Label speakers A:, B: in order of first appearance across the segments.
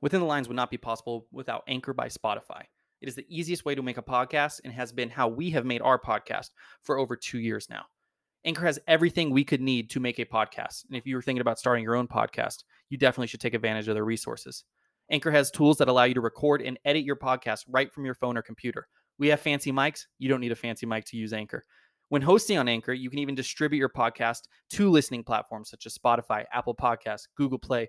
A: Within the Lines would not be possible without Anchor by Spotify. It is the easiest way to make a podcast and has been how we have made our podcast for over two years now. Anchor has everything we could need to make a podcast. And if you were thinking about starting your own podcast, you definitely should take advantage of their resources. Anchor has tools that allow you to record and edit your podcast right from your phone or computer. We have fancy mics. You don't need a fancy mic to use Anchor. When hosting on Anchor, you can even distribute your podcast to listening platforms such as Spotify, Apple Podcasts, Google Play,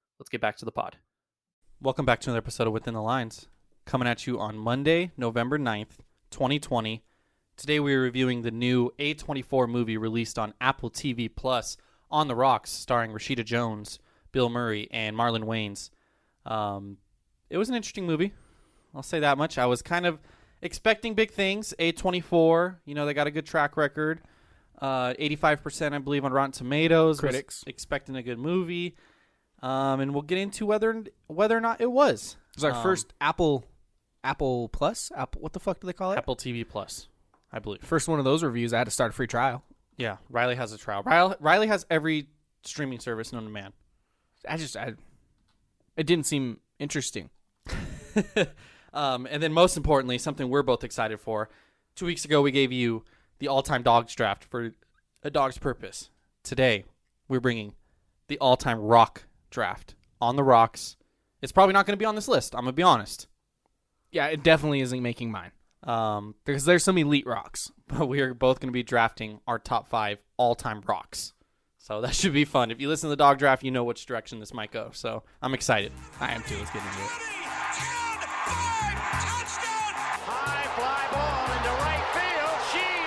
A: Let's get back to the pod. Welcome back to another episode of Within the Lines, coming at you on Monday, November 9th, 2020. Today we are reviewing the new A24 movie released on Apple TV Plus, On the Rocks, starring Rashida Jones, Bill Murray, and Marlon Wayans. Um, it was an interesting movie. I'll say that much. I was kind of expecting big things. A24, you know, they got a good track record. Uh, 85%, I believe, on Rotten Tomatoes. Critics. expecting a good movie. Um, and we'll get into whether whether or not it was. Um, It was our first
B: Apple, Apple Plus, Apple. What the fuck do they call it?
A: Apple TV Plus, I believe.
B: First one of those reviews. I had to start a free trial.
A: Yeah, Riley has a trial. Riley, Riley has every streaming service known to man.
B: I just, I, it didn't seem Mm, interesting.
A: um, and then most importantly, something we're both excited for. Two weeks ago, we gave you the all-time dogs draft for a dog's purpose. Today, we're bringing the all-time rock draft on the rocks. It's probably not going to be on this list. I'm gonna be honest.
B: Yeah, it definitely isn't making mine
A: Um,
B: because there's some elite rocks.
A: but we are both going to be drafting our top five all-time rocks. So that should be fun. If you listen to the dog draft, you know which direction this might go. So I'm excited.
B: I am too. Let's get into it.
C: High fly ball into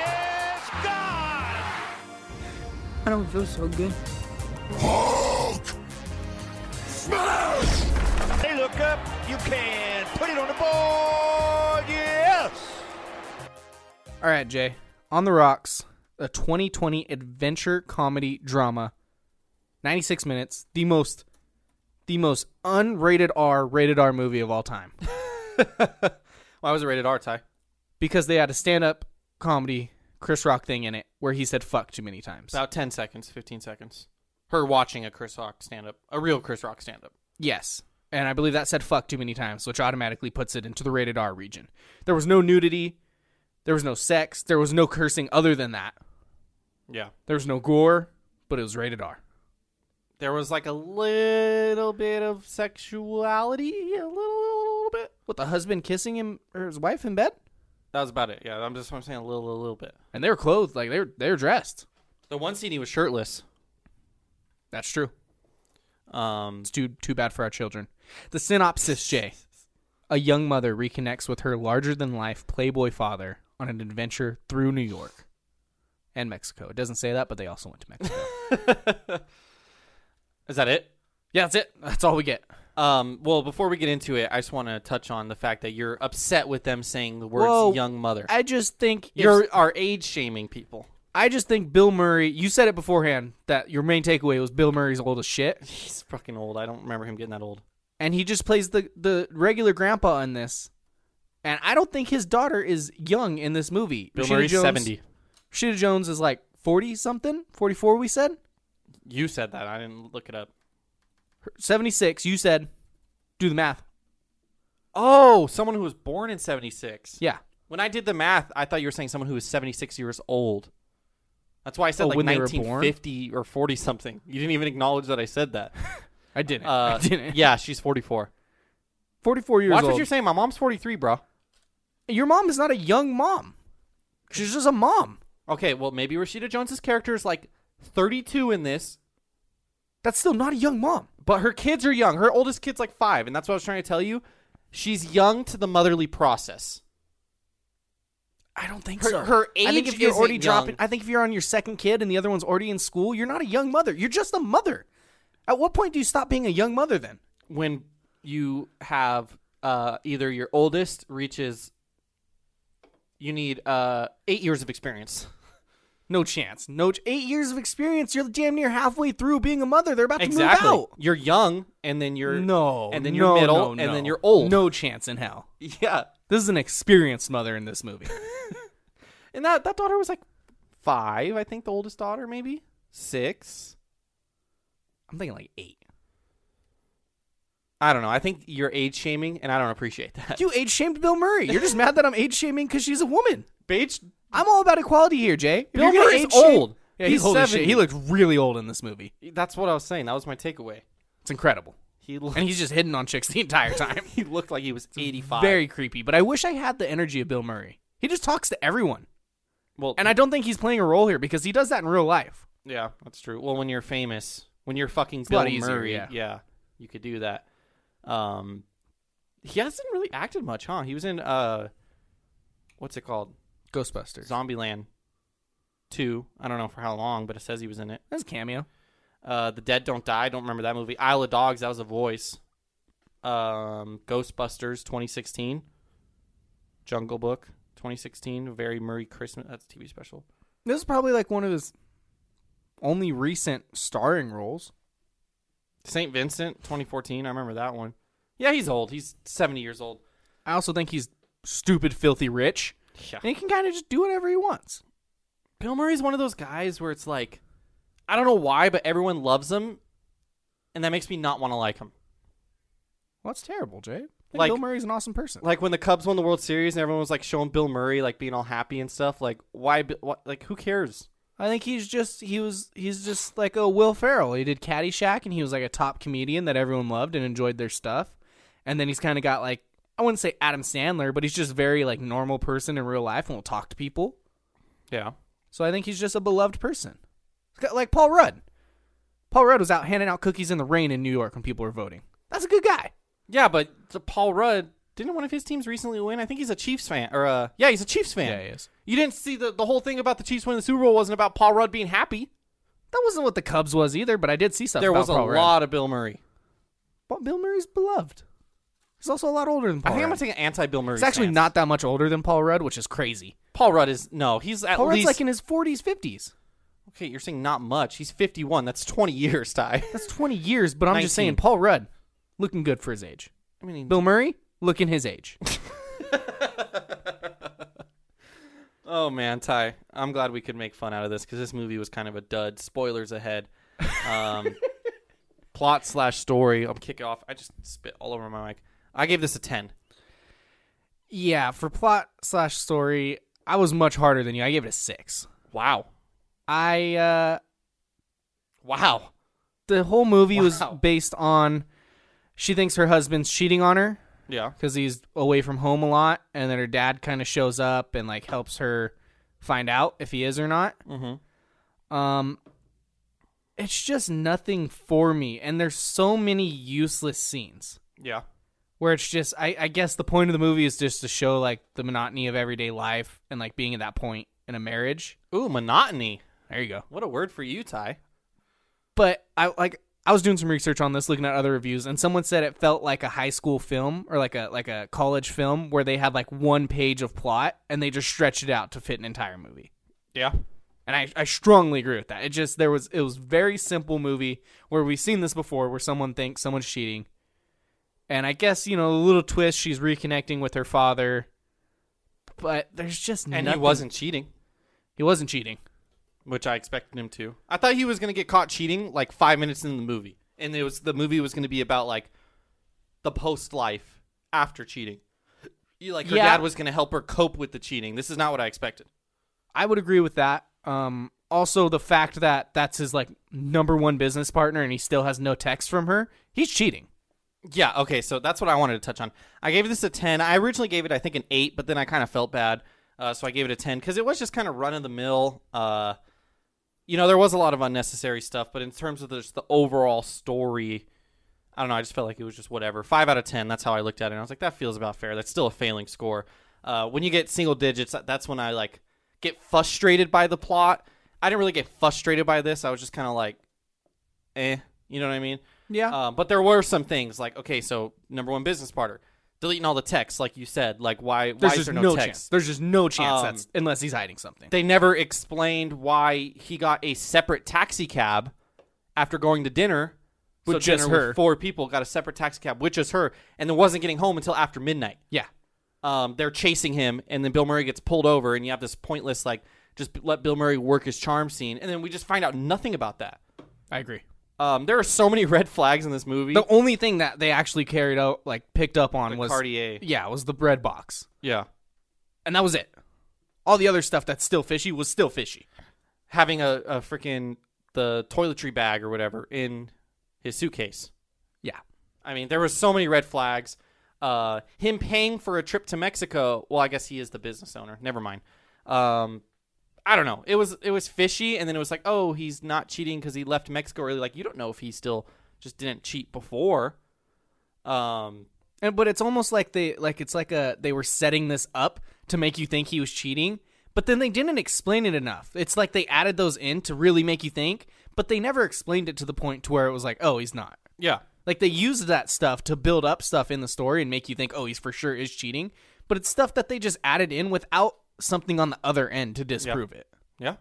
C: right field. She is gone.
D: I don't feel so good.
C: They look up. You can put it on the board. Yes.
B: All right, Jay. On the Rocks, a 2020 adventure comedy drama, 96 minutes. The most, the most unrated R rated R movie of all time.
A: Well, I was a rated R tie.
B: because they had a stand up comedy Chris Rock thing in it where he said fuck too many times.
A: About 10 seconds, 15 seconds. Her watching a Chris Rock stand up, a real Chris Rock stand up.
B: yes. and I believe that said fuck too many times, which automatically puts it into the rated R region. There was no nudity, there was no sex, there was no cursing other than that.
A: Yeah.
B: There was no gore, but it was rated R.
A: There was like a little bit of sexuality, a little, little bit.
B: With the husband kissing him or his wife in bed?
A: That was about it. Yeah, I'm just I'm saying a little, a little bit.
B: And they were clothed, like they were they were dressed.
A: The one scene he was shirtless.
B: That's true.
A: Um,
B: It's too too bad for our children. The synopsis, Jay. A young mother reconnects with her larger than life playboy father on an adventure through New York and Mexico. It doesn't say that, but they also went to Mexico.
A: is that it?
B: yeah, that's it. That's all we get.
A: Um, well, before we get into it, I just want to touch on the fact that you're upset with them saying the words
B: Whoa.
A: "young mother."
B: I just think
A: you're are age shaming people.
B: I just think Bill Murray. You said it beforehand that your main takeaway was Bill Murray's old as shit,
A: He's fucking old. I don't remember him getting that old.
B: and he just plays the the regular grandpa in this. And I don't think his daughter is young in this movie.
A: Bill
B: Rashida
A: Murray's
B: Jones-
A: seventy.
B: Rashida Jones is like forty something, forty four. We said
A: You said that. I didn't look it up.
B: seventy six. You said, do the math.
A: Oh, someone who was born in seventy six.
B: Yeah.
A: When I did the math, I thought you were saying someone who was 76 years old. That's why I said
B: Oh,
A: like
B: when they were born?
A: 1950 or 40 something. You didn't even acknowledge that I said that.
B: I didn't.
A: Uh,
B: I didn't.
A: Yeah, she's 44.
B: forty four years
A: Watch
B: old.
A: what you're saying. My mom's 43, bro.
B: Your mom is not a young mom. She's just a mom.
A: Okay, well maybe Rashida Jones's character is like 32 in this,
B: That's still not a young mom.
A: but her kids are young. Her oldest kid's like 5, and that's what I was trying to tell you. She's young to the motherly process.
B: I don't think
A: Her-
B: so.
A: her
B: I think
A: age
B: if you're
A: isn't
B: already
A: young.
B: dropping, I think if you're on your second kid and the other one's already in school, you're not a young mother. You're just a mother. At what point do you stop being a young mother then?
A: When you have uh, either your oldest reaches you need uh, 8 years of experience.
B: No chance. No ch- eight years of experience. You're damn near halfway through being a mother. They're about to
A: Exactly.
B: move out.
A: You're young, and then you're
B: No.
A: and then
B: no,
A: you're middle,
B: no,
A: and then
B: no.
A: you're old.
B: No chance in hell.
A: yeah.
B: This is an experienced mother in this movie.
A: And that that daughter was like five, I think, the oldest daughter, maybe six.
B: I'm thinking like eight.
A: I don't know. I think you're age shaming, and I don't appreciate that.
B: You age shamed Bill Murray. You're just mad that I'm age shaming because she's a woman.
A: age,
B: I'm all about equality here, Jay. If
A: Bill
B: you're gonna
A: Murray's
B: age-shame-
A: old.
B: Yeah, he's,
A: He's
B: old as shit.
A: 70.
B: He looked really old in this movie.
A: that's what I was saying. That was my takeaway.
B: It's incredible.
A: He looked,
B: and he's just hitting on chicks the entire time.
A: he looked like he was eighty five.
B: Very creepy, but I wish I had the energy of Bill Murray. He just talks to everyone.
A: well,
B: And I don't think he's playing a role here because he does that in real life.
A: yeah, that's true. Well, when you're famous, when you're fucking
B: lot
A: Bill
B: easier,
A: Murray,
B: yeah.
A: you could do that. Um, he hasn't really acted much, huh? He was in uh, what's it called?
B: Ghostbusters.
A: Zombieland 2. I don't know for how long, but it says he was in it.
B: That's a cameo.
A: Uh, the Dead Don't Die. I don't remember that movie. Isle of Dogs. That was a voice. Um, Ghostbusters 2016. Jungle Book 2016. Very Murray Christmas. That's a TV special.
B: This is probably like one of his only recent starring roles.
A: St. Vincent 2014. I remember that one. Yeah, he's old. He's 70 years old.
B: I also think he's stupid, filthy rich.
A: Yeah.
B: And he can kind of just do whatever he wants.
A: Bill Murray's one of those guys where it's like, I don't know why, but everyone loves him, and that makes me not want to like him.
B: Well, that's terrible, Jay. I think
A: Like-
B: Bill Murray's an awesome person.
A: like when the Cubs won the World Series and everyone was like showing Bill Murray like being all happy and stuff. Like why? Bi- What, like who cares?
B: I think he's just he was he's just like a Will Ferrell. He did Caddyshack, and he was like a top comedian that everyone loved and enjoyed their stuff. And then he's kind of got like I wouldn't say Adam Sandler, but he's just very like normal person in real life and will talk to people.
A: Yeah,
B: So I think he's just a beloved person, He's got- like Paul Rudd. Paul Rudd was out handing out cookies in the rain in New York when people were voting. That's a good guy.
A: yeah. But to Paul Rudd didn't one of his teams recently win? I think he's a Chiefs fan. Or uh, yeah, he's a Chiefs fan.
B: Yeah, he is.
A: You didn't see the the whole thing about the Chiefs winning the Super Bowl wasn't about Paul Rudd being happy.
B: That wasn't what the Cubs was either, but I did see something.
A: there
B: about
A: was a
B: Paul Rudd.
A: lot of Bill Murray.
B: But Bill Murray's beloved. He's also a lot older than
A: I
B: Paul.
A: think I'm gonna
B: Rudd.
A: take an anti Bill Murray.
B: He's actually
A: stance.
B: not that much older than Paul Rudd, which is crazy.
A: Paul Rudd is no. He's at
B: Paul
A: least
B: Rudd's like in his 40s, 50s.
A: okay. You're saying not much. He's 51. That's 20 years, Ty.
B: That's 20 years, but I'm
A: 19.
B: just saying Paul Rudd looking good for his age.
A: I mean,
B: Bill Murray looking his age.
A: Oh man, Ty, I'm glad we could make fun out of this because this movie was kind of a dud. Spoilers ahead. Um, plot slash story. I'll kick it off. I just spit all over my mic. I gave this a ten.
B: Yeah, for plot slash story, I was much harder than you. I gave it a six.
A: Wow.
B: I uh
A: Wow.
B: the whole movie was
A: Wow.
B: based on she thinks her husband's cheating on her
A: Yeah.
B: because he's away from home a lot, and then her dad kind of shows up and like helps her find out if he is or not. Mm-hmm. Um, it's just nothing for me, and there's so many useless scenes
A: Yeah.
B: where it's just I, I guess the point of the movie is just to show like the monotony of everyday life and like being at that point in a marriage.
A: Ooh, monotony.
B: There you go.
A: What a word for you, Ty.
B: but I like I was doing some research on this, looking at other reviews, and someone said it felt like a high school film or like a like a college film where they had like one page of plot and they just stretched it out to fit an entire movie.
A: Yeah.
B: And I, I strongly agree with that. It just there was it was very simple movie where we've seen this before where someone thinks someone's cheating. And I guess, you know, a little twist, she's reconnecting with her father. But there's just
A: And he
B: nothing-
A: wasn't cheating,
B: he wasn't cheating.
A: which I expected him to. I thought he was gonna get caught cheating like five minutes into the movie, and it was the movie was gonna be about like the post life after cheating. You- Like her
B: Yeah.
A: dad was gonna help her cope with the cheating. This is not what I expected.
B: I would agree with that. Um, also, the fact that that's his like number one business partner, and he still has no text from her, he's cheating.
A: Yeah, okay, so that's what I wanted to touch on. I gave this a 10. I originally gave it, I think, an 8, but then I kind of felt bad. Uh, so I gave it a 10 because it was just kind of run of the mill. Uh, you know, there was a lot of unnecessary stuff, but in terms of just the overall story, I don't know. I just felt like it was just whatever. Five out of 10. That's how I looked at it. And I was like, that feels about fair. That's still a failing score. Uh, when you get single digits, that- that's when I like get frustrated by the plot. I didn't really get frustrated by this. I was just kind of like, eh. You know what I mean?
B: Yeah.
A: Um, but there were some things like okay, so number one business partner, deleting all the text, like you said, like why why
B: There's
A: is
B: just
A: there
B: no,
A: no, text?
B: chance. There's just no chance
A: Um,
B: that's unless he's hiding something.
A: They never explained why he got a separate taxi cab after going to dinner.
B: With
A: so
B: just
A: dinner
B: her.
A: with four people got a separate taxi cab with just her, and then wasn't getting home until after midnight.
B: yeah.
A: Um, they're chasing him, and then Bill Murray gets pulled over, and you have this pointless like just let Bill Murray work his charm scene, and then we just find out nothing about that.
B: I agree.
A: Um, there are so many red flags in this movie.
B: The only thing that they actually carried out, like picked up on,
A: The
B: was
A: Cartier.
B: Yeah, was the bread box,
A: yeah.
B: and that was it. All the other stuff that's still fishy was still fishy.
A: having a, a freaking the toiletry bag or whatever in his suitcase.
B: Yeah.
A: I mean, there were so many red flags. Uh, him paying for a trip to Mexico. Well, I guess he is the business owner. Never mind. Um, I don't know. It was it was fishy, and then it was like, oh, he's not cheating because he left Mexico early. Like, you don't know if he still just didn't cheat before. Um,
B: And but it's almost like they like it's like a they were setting this up to make you think he was cheating, but then they didn't explain it enough. It's like they added those in to really make you think, but they never explained it to the point to where it was like, "Oh, he's not."
A: yeah,
B: Like they used that stuff to build up stuff in the story and make you think, "Oh, he's for sure is cheating," but it's stuff that they just added in without something on the other end to disprove it.
A: Yeah.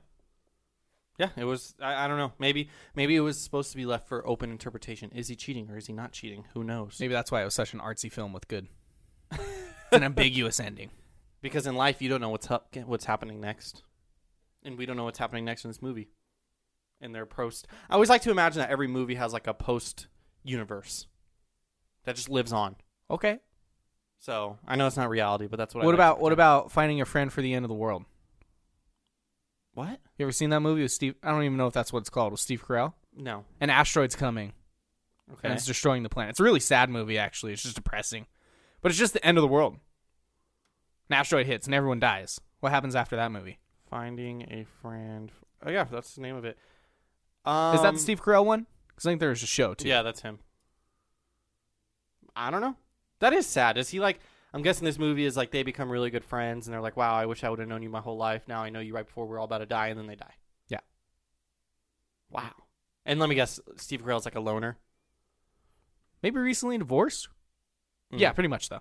A: Yeah, it was. I, I don't know. Maybe maybe it was supposed to be left for open interpretation. Is he cheating or is he not cheating? Who knows?
B: Maybe that's why it was such an artsy film with good it's an ambiguous ending.
A: Because in life, you don't know what's up, what's happening next, and we don't know what's happening next in this movie. And their post. I always like to imagine that every movie has like a post universe that just lives on.
B: Okay.
A: So I know it's not reality, but that's what. I
B: What
A: like to
B: about what
A: pretend.
B: about finding a friend for the end of the world?
A: what?
B: You ever seen that movie with Steve? I don't even know if that's what it's called. With Steve Carell,
A: No.
B: an asteroid's coming
A: Okay.
B: and it's destroying the planet. It's a really sad movie, actually. It's just depressing, but it's just the end of the world. An asteroid hits and everyone dies. What happens after that movie?
A: Finding a friend. Oh yeah, that's the name of it. Um,
B: Is that the Steve Carell one? Because I think there was a show too.
A: Yeah, that's him. I don't know. That is sad. Is he like? I'm guessing this movie is like they become really good friends, and they're like, "Wow, I wish I would have known you my whole life. Now I know you right before we're all about to die," and then they die.
B: Yeah.
A: Wow. And let me guess, Steve Carell's like a loner.
B: maybe recently divorced.
A: Mm-hmm.
B: Yeah,
A: Mm.
B: pretty much though.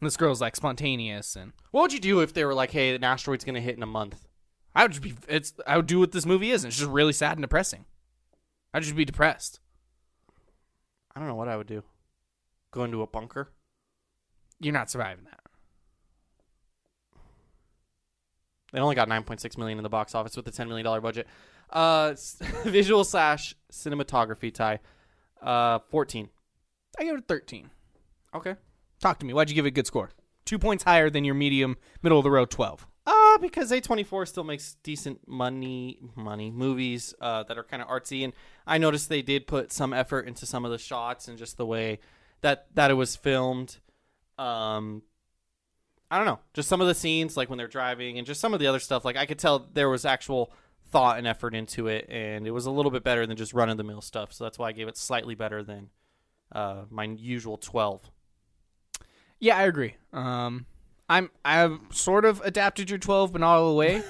B: And this girl's like spontaneous, and
A: What would you do if they were like, "Hey, an asteroid's gonna hit in a month"?
B: I would just be. It's I would do what this movie is. And it's just really sad and depressing. I'd just be depressed.
A: I don't know what I would do. Go into a bunker.
B: You're not surviving that.
A: They only got 9.6 million in the box office with a 10 million dollar budget. Uh, s- visual slash cinematography tie. Uh, fourteen.
B: I give it a 13.
A: Okay.
B: Talk to me. Why'd you give it a good score? Two points higher than your medium, middle of the road 12.
A: Uh, because A24 still makes decent money, money movies uh, that are kind of artsy, and I noticed they did put some effort into some of the shots and just the way that that it was filmed. Um, I don't know, just some of the scenes, like when they're driving, and just some of the other stuff. Like I could tell there was actual thought and effort into it, and it was a little bit better than just run of the mill stuff. So that's why I gave it slightly better than uh, my usual twelve.
B: Yeah, I agree. Um, I'm I've sort of adapted your 12, but not all the way.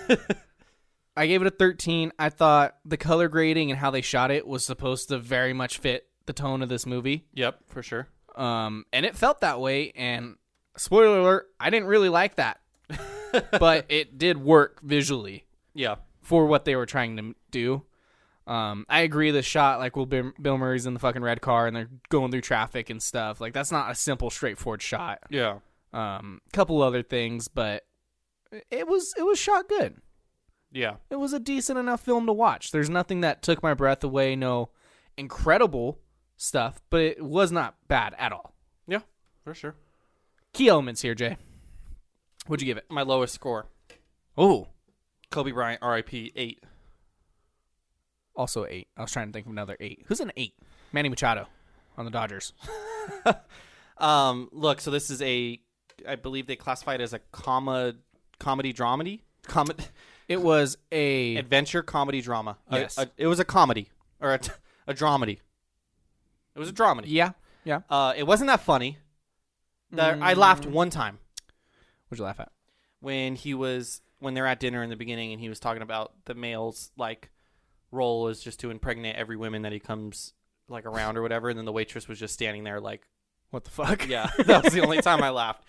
B: I gave it a 13. I thought the color grading and how they shot it was supposed to very much fit the tone of this movie.
A: Yep, for sure.
B: Um, and it felt that way. And spoiler alert, I didn't really like that, but it did work visually
A: Yeah,
B: for what they were trying to do. Um, I agree. The shot, like, well, Bill Bill Murray's in the fucking red car and they're going through traffic and stuff. Like, that's not a simple, straightforward shot.
A: yeah.
B: Um, couple other things, but it was it was shot good.
A: Yeah.
B: It was a decent enough film to watch. There's nothing that took my breath away. No incredible stuff, but it was not bad at all.
A: Yeah, for sure.
B: Key elements here, Jay. What'd you give it?
A: My lowest score.
B: Oh,
A: Kobe Bryant, RIP, eight.
B: also eight. I was trying to think of another eight. Who's an eight? Manny Machado on the Dodgers.
A: Um, look, so this is a, I believe they classify it as a comma, comedy dramedy, comedy,
B: It was a
A: adventure comedy drama. A-
B: Yes.
A: a- it was a comedy or a, t- a dramedy. It was a dramedy.
B: yeah, yeah.
A: Uh, it wasn't that funny. The-
B: Mm.
A: I laughed one time
B: What'd you laugh at?
A: when he was when they're at dinner in the beginning and he was talking about the male's like role is just to impregnate every woman that he comes like around or whatever, and then the waitress was just standing there like
B: What the fuck?
A: Yeah, that was the only time I laughed.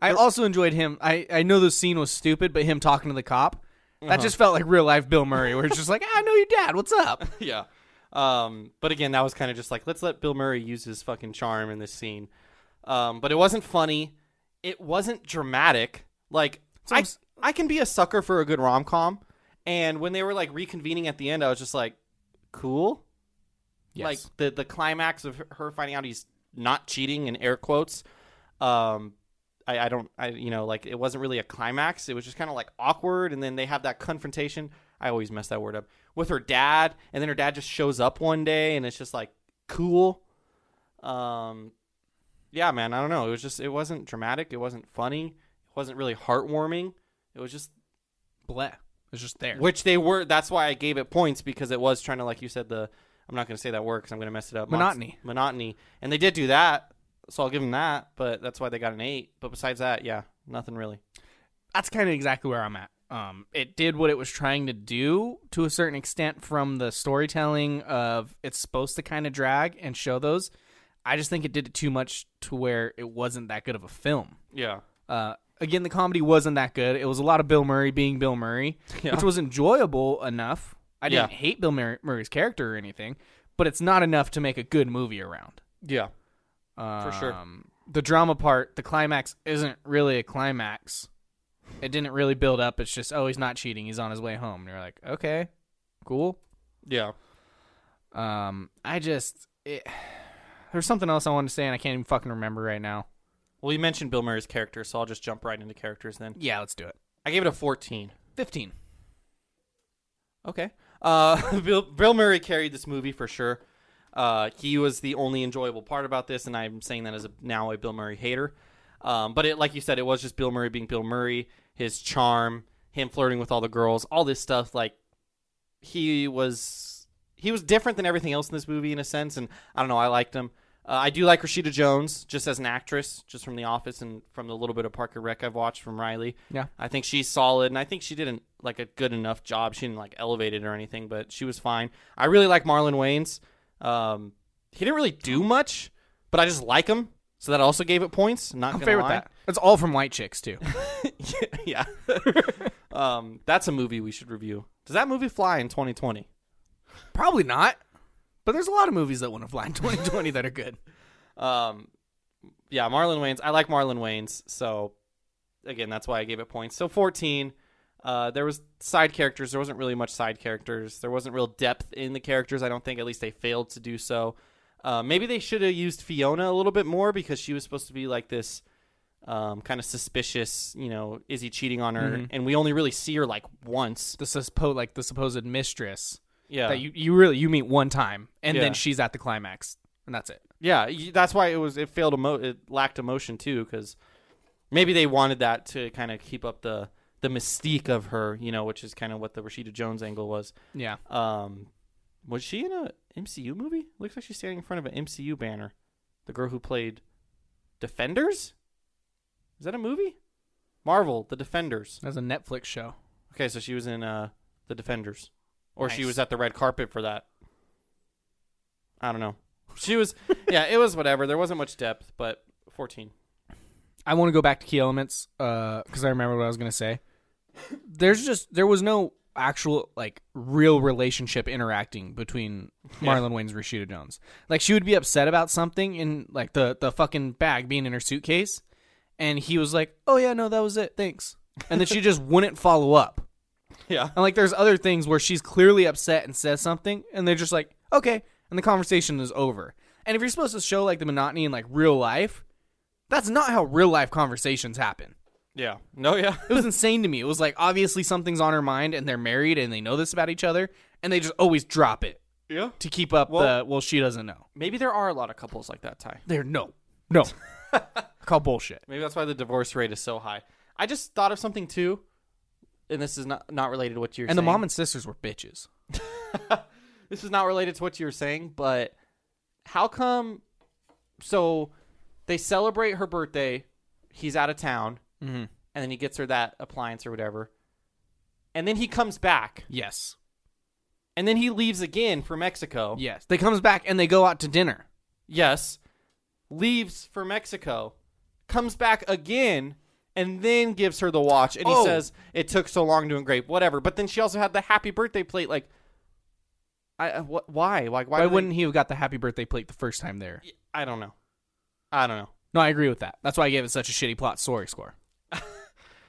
B: I also enjoyed him. I I know the scene was stupid, but him talking to the cop, that just felt like real life Bill Murray, where it's just like, "Ah, I know your dad. What's up?
A: Yeah. Um, but again, that was kind of just like let's let Bill Murray use his fucking charm in this scene. Um, but it wasn't funny. It wasn't dramatic. Like I,
B: s-
A: I can be a sucker for a good rom com. And when they were like reconvening at the end, I was just like, cool. Like the the climax of her- her finding out he's not cheating in air quotes. Um, I, I don't I you know like it wasn't really a climax. It was just kind of like awkward, and then they have that confrontation. I always mess that word up with her dad, and then her dad just shows up one day, and it's just like cool. Um, yeah, man, I don't know. It was just it wasn't dramatic. It wasn't funny. It wasn't really heartwarming. It was just
B: bleh. It's just there.
A: which they were. That's why I gave it points because it was trying to like you said the. I'm not going to say that word because I'm going to mess it up. Mon-
B: Monotony.
A: monotony, and they did do that, so I'll give them that. But that's why they got an eight. But besides that, yeah, nothing really.
B: That's kind of exactly where I'm at. Um, it did what it was trying to do to a certain extent from the storytelling of it's supposed to kind of drag and show those. I just think it did it too much to where it wasn't that good of a film.
A: Yeah.
B: Uh, again, the comedy wasn't that good. It was a lot of Bill Murray being Bill Murray, which was enjoyable enough. I didn't
A: Yeah.
B: hate Bill Murray, Murray's character or anything, but it's not enough to make a good movie around.
A: Yeah.
B: Um,
A: For sure.
B: The drama part, the climax isn't really a climax. It didn't really build up. It's just, oh, he's not cheating. He's on his way home. And you're like, okay, cool.
A: Yeah.
B: Um, I just, it, there's something else I wanted to say, and I can't even fucking remember right now.
A: Well, you mentioned Bill Murray's character, so I'll just jump right into characters then.
B: Yeah, let's do it.
A: I gave it a 14.
B: 15.
A: Okay. Uh, Bill, Bill Murray carried this movie for sure. Uh, he was the only enjoyable part about this, and I'm saying that as a, now a Bill Murray hater. Um, but it, like you said, it was just Bill Murray being Bill Murray, his charm, him flirting with all the girls, all this stuff. Like he was, he was different than everything else in this movie in a sense. And I don't know, I liked him. Uh, I do like Rashida Jones just as an actress, just from The Office and from the little bit of Parker Rec I've watched from Riley.
B: Yeah.
A: I think she's solid, and I think she didn't like a good enough job. She didn't like elevate it or anything, but she was fine. I really like Marlon Wayans. Um, he didn't really do much, but I just like him, so that also gave it points. Not
B: I'm
A: gonna
B: fair with
A: lie.
B: that. That's all from White Chicks, too.
A: yeah. um, that's a movie we should review. Does that movie fly in 2020?
B: Probably not. But there's a lot of movies that wouldn't fly in 2020 that are good.
A: Um, yeah, Marlon Wayans. I like Marlon Wayans, so again, that's why I gave it points. So 14. Uh, Uh, there was side characters. There wasn't really much side characters. There wasn't real depth in the characters. I don't think. At least they failed to do so. Uh, maybe they should have used Fiona a little bit more because she was supposed to be like this um, kind of suspicious. You know, is he cheating on her? And we only really see her like once.
B: the suppo- like the supposed mistress
A: Yeah,
B: that you, you really you meet one time and
A: Yeah.
B: then she's at the climax and that's it.
A: yeah. y- That's why it was it failed. Emo- it lacked emotion too because maybe they wanted that to kind of keep up the the mystique of her. You know, which is kind of what the Rashida Jones angle was.
B: Yeah.
A: Um, was she in a MCU movie? Looks like she's standing in front of an MCU banner. The girl who played Defenders. Is that a movie? Marvel, The Defenders.
B: That's a Netflix show.
A: Okay, so she was in uh, The Defenders, or she
B: Nice.
A: was at the red carpet for that. I don't know. She was, yeah, it was whatever. There wasn't much depth, but fourteen.
B: I want to go back to key elements because I remember what I was going to say. There's just there was no actual like real relationship interacting between Marlon Wayne's Rashida Jones. Like she would be upset about something in like the the fucking bag being in her suitcase, and he was like, "Oh yeah, no, that was it, thanks," and then she just wouldn't follow up.
A: Yeah.
B: And like there's other things where she's clearly upset and says something, and they're just like, "Okay," and the conversation is over. And if you're supposed to show like the monotony in like real life, that's not how real life conversations happen.
A: Yeah. No. Yeah.
B: It was insane to me. It was like obviously something's on her mind and they're married and they know this about each other and they just always drop it
A: yeah.
B: to keep up
A: Well-
B: the well she doesn't know.
A: Maybe there are a lot of couples like that, Ty.
B: They're no. No. I call bullshit.
A: Maybe that's why the divorce rate is so high. I just thought of something too, and this is not not related to what you're
B: And the
A: saying.
B: mom and sisters were bitches.
A: this is not related to what you were saying, but how come? So they celebrate her birthday. He's out of town, and then he gets her that appliance or whatever, and then he comes back,
B: Yes.
A: and then he leaves again for Mexico.
B: Yes. They comes back and they go out to dinner.
A: Yes, leaves for Mexico, comes back again. And then gives her the watch, and he
B: Oh.
A: says it took so long to engrave, whatever. But then she also had the happy birthday plate. Like, I uh, wh- why? Like, why,
B: Why
A: do they-
B: wouldn't he have got the happy birthday plate the first time there?
A: I don't know. I don't know.
B: No, I agree with that. That's why I gave it such a shitty plot story score.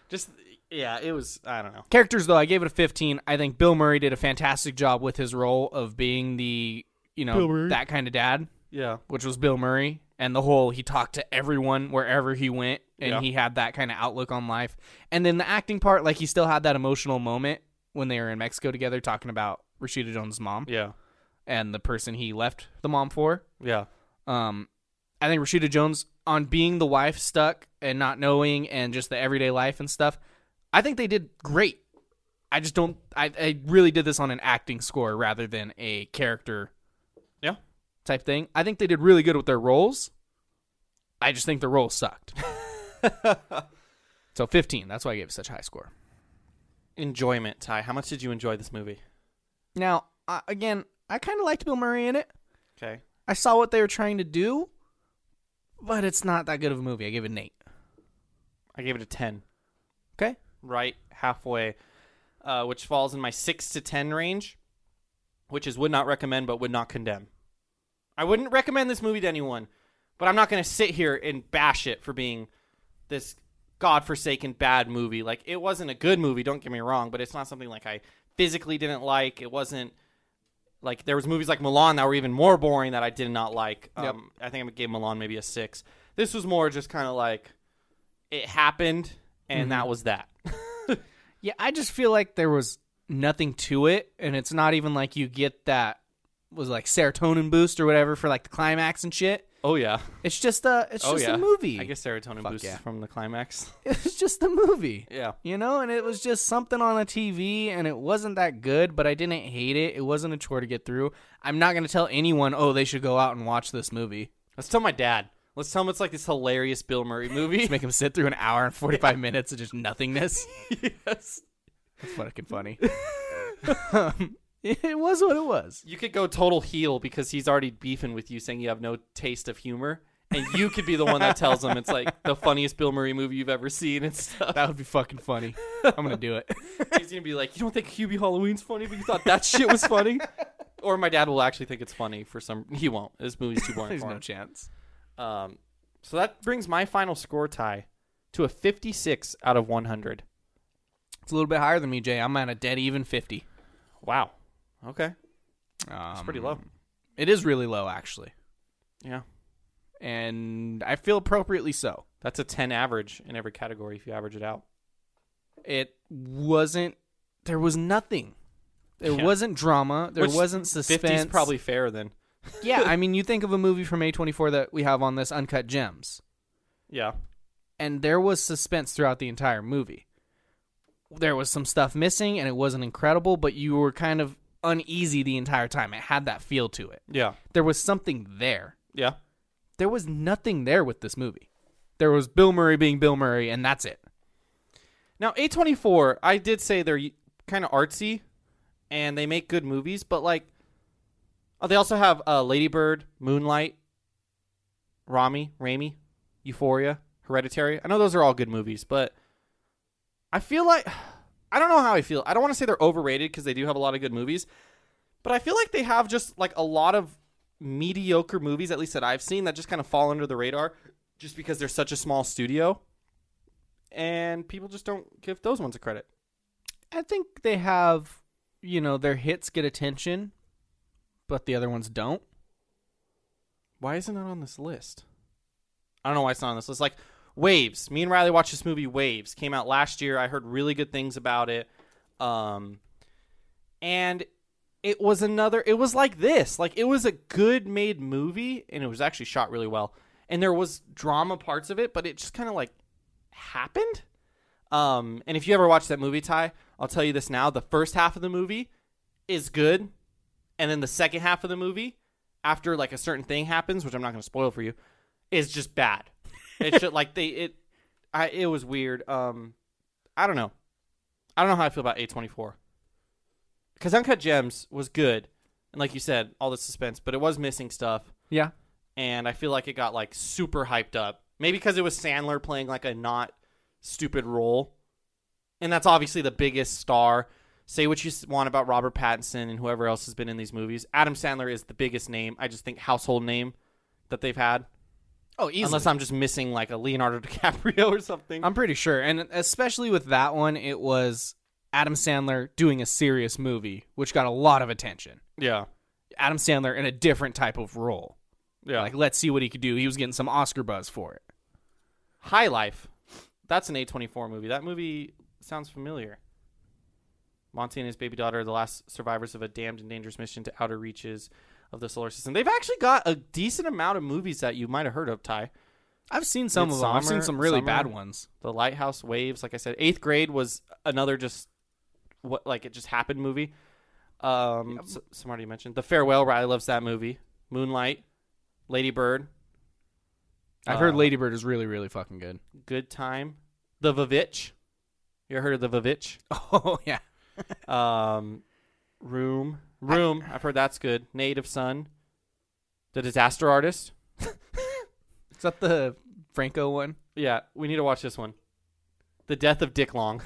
A: Just yeah, it was. I don't know.
B: Characters though, I gave it a 15. I think Bill Murray did a fantastic job with his role of being the, you know, that kind of dad.
A: Yeah,
B: which was Bill Murray, and the whole he talked to everyone wherever he went, and
A: Yeah.
B: he had that kind of outlook on life. And then the acting part, like he still had that emotional moment when they were in Mexico together talking about Rashida Jones' mom
A: yeah,
B: and the person he left the mom for.
A: yeah,
B: Um, I think Rashida Jones on being the wife stuck and not knowing and just the everyday life and stuff. I think they did great. I just don't. I, I really did this on an acting score rather than a character
A: yeah.
B: type thing. I think they did really good with their roles. I just think the roles sucked. so 15. That's why I gave it such a high score.
A: Enjoyment, Ty. How much did you enjoy this movie?
B: Now, I again, I kind of liked Bill Murray in it.
A: Okay,
B: I saw what they were trying to do, but it's not that good of a movie. I gave it an 8.
A: I gave it a ten,
B: Okay?
A: right halfway, uh, which falls in my six to ten range, which is would not recommend but would not condemn. I wouldn't recommend this movie to anyone, but I'm not going to sit here and bash it for being this godforsaken bad movie. Like it wasn't a good movie, don't get me wrong, but it's not something like I physically didn't like. It wasn't like there was movies like Milan that were even more boring that I did not like. Um, I think I gave Milan maybe a six. This was more just kind of like it happened and that was that.
B: Yeah, I just feel like there was nothing to it, and it's not even like you get that was it like serotonin boost or whatever for like the climax and shit.
A: oh yeah,
B: It's just a it's
A: oh
B: just
A: yeah.
B: a movie.
A: I guess serotonin
B: Fuck
A: boosts
B: yeah.
A: from the climax.
B: it was just a movie.
A: Yeah.
B: You know, and it was just something on a TV and it wasn't that good, but I didn't hate it. It wasn't a chore to get through. I'm not going to tell anyone, "Oh, they should go out and watch this movie."
A: Let's tell my dad. Let's tell him it's like this hilarious Bill Murray movie.
B: Just make them sit through an hour and 45 minutes of just nothingness.
A: yes.
B: It's fucking funny. Um, it was what it was.
A: You could go total heel because he's already beefing with you, saying you have no taste of humor, and you could be the one that tells him it's like the funniest Bill Murray movie you've ever seen and stuff.
B: That would be fucking funny. I'm going to do it.
A: He's gonna be like, "You don't think Hubie Halloween's funny, but you thought that shit was funny." or my dad will actually think it's funny for some. He won't. This movie's too boring
B: There's
A: for
B: no
A: him.
B: chance.
A: Um, so that brings my final score tie to a 56 out of 100.
B: It's a little bit higher than me, Jay. I'm at a dead even 50.
A: Wow. Okay.
B: Um,
A: It's pretty low.
B: It is really low, actually.
A: Yeah.
B: And I feel appropriately so.
A: That's a 10 average in every category if you average it out.
B: It wasn't, there was nothing. There
A: Yeah.
B: wasn't drama. There
A: Which
B: wasn't
A: 50's
B: suspense.
A: probably fair then.
B: yeah, I mean, you think of a movie from A24 that we have on this, Uncut Gems,
A: Yeah.
B: and there was suspense throughout the entire movie. There was some stuff missing, and it wasn't incredible, but you were kind of uneasy the entire time. It had that feel to it.
A: Yeah.
B: There was something there.
A: Yeah.
B: There was nothing there with this movie. There was Bill Murray being Bill Murray, and that's it.
A: Now, A24, I did say they're kind of artsy and they make good movies, but like uh, they also have uh, Ladybird, Moonlight, Rami, Rami, Euphoria, Hereditary. I know those are all good movies, but I feel like I don't know how I feel. I don't want to say they're overrated because they do have a lot of good movies, but I feel like they have just like a lot of mediocre movies, at least that I've seen, that just kind of fall under the radar just because they're such a small studio and people just don't give those ones a credit.
B: I think they have, you know, their hits get attention, but the other ones don't.
A: Why isn't it on this list? I don't know why it's not on this list. Like Waves. Me and Riley watched this movie Waves. Came out last year. I heard really good things about it. Um and it was another it was like this. Like it was a good made movie and it was actually shot really well. And there was drama parts of it, but it just kind of like happened. Um and if you ever watch that movie Ty, I'll tell you this now, the first half of the movie is good and then the second half of the movie after like a certain thing happens which i'm not going to spoil for you is just bad it's just like they it i it was weird um i don't know i don't know how i feel about a24 because uncut gems was good and like you said all the suspense but it was missing stuff
B: Yeah.
A: and i feel like it got like super hyped up maybe because it was sandler playing like a not stupid role and that's obviously the biggest star. Say what you s- want about Robert Pattinson and whoever else has been in these movies. Adam Sandler is the biggest name. I just think household name that they've had.
B: Oh, easily.
A: Unless I'm just missing like a Leonardo DiCaprio or something.
B: I'm pretty sure. And especially with that one, it was Adam Sandler doing a serious movie, which got a lot of attention.
A: yeah,
B: Adam Sandler in a different type of role.
A: yeah.
B: Like, let's see what he could do. He was getting some Oscar buzz for it.
A: High Life. That's an A24 movie. That movie sounds familiar. Monty and his baby daughter are the last survivors of a damned and dangerous mission to outer reaches of the solar system. They've actually got a decent amount of movies that you might have heard of, Ty.
B: I've seen some of them. I've
A: Midsummer-
B: seen some really
A: Summer.
B: bad ones.
A: the lighthouse waves like i said eighth grade was another just what like it just happened movie um s- some already mentioned the farewell riley loves that movie moonlight lady bird Uh,
B: I've heard Lady Bird is really, really fucking good.
A: good time the vavitch you ever heard of the vavitch
B: Oh, yeah.
A: um room room I, have heard that's good native son the disaster artist
B: Is that the Franco one?
A: yeah we need to watch this one the death of dick long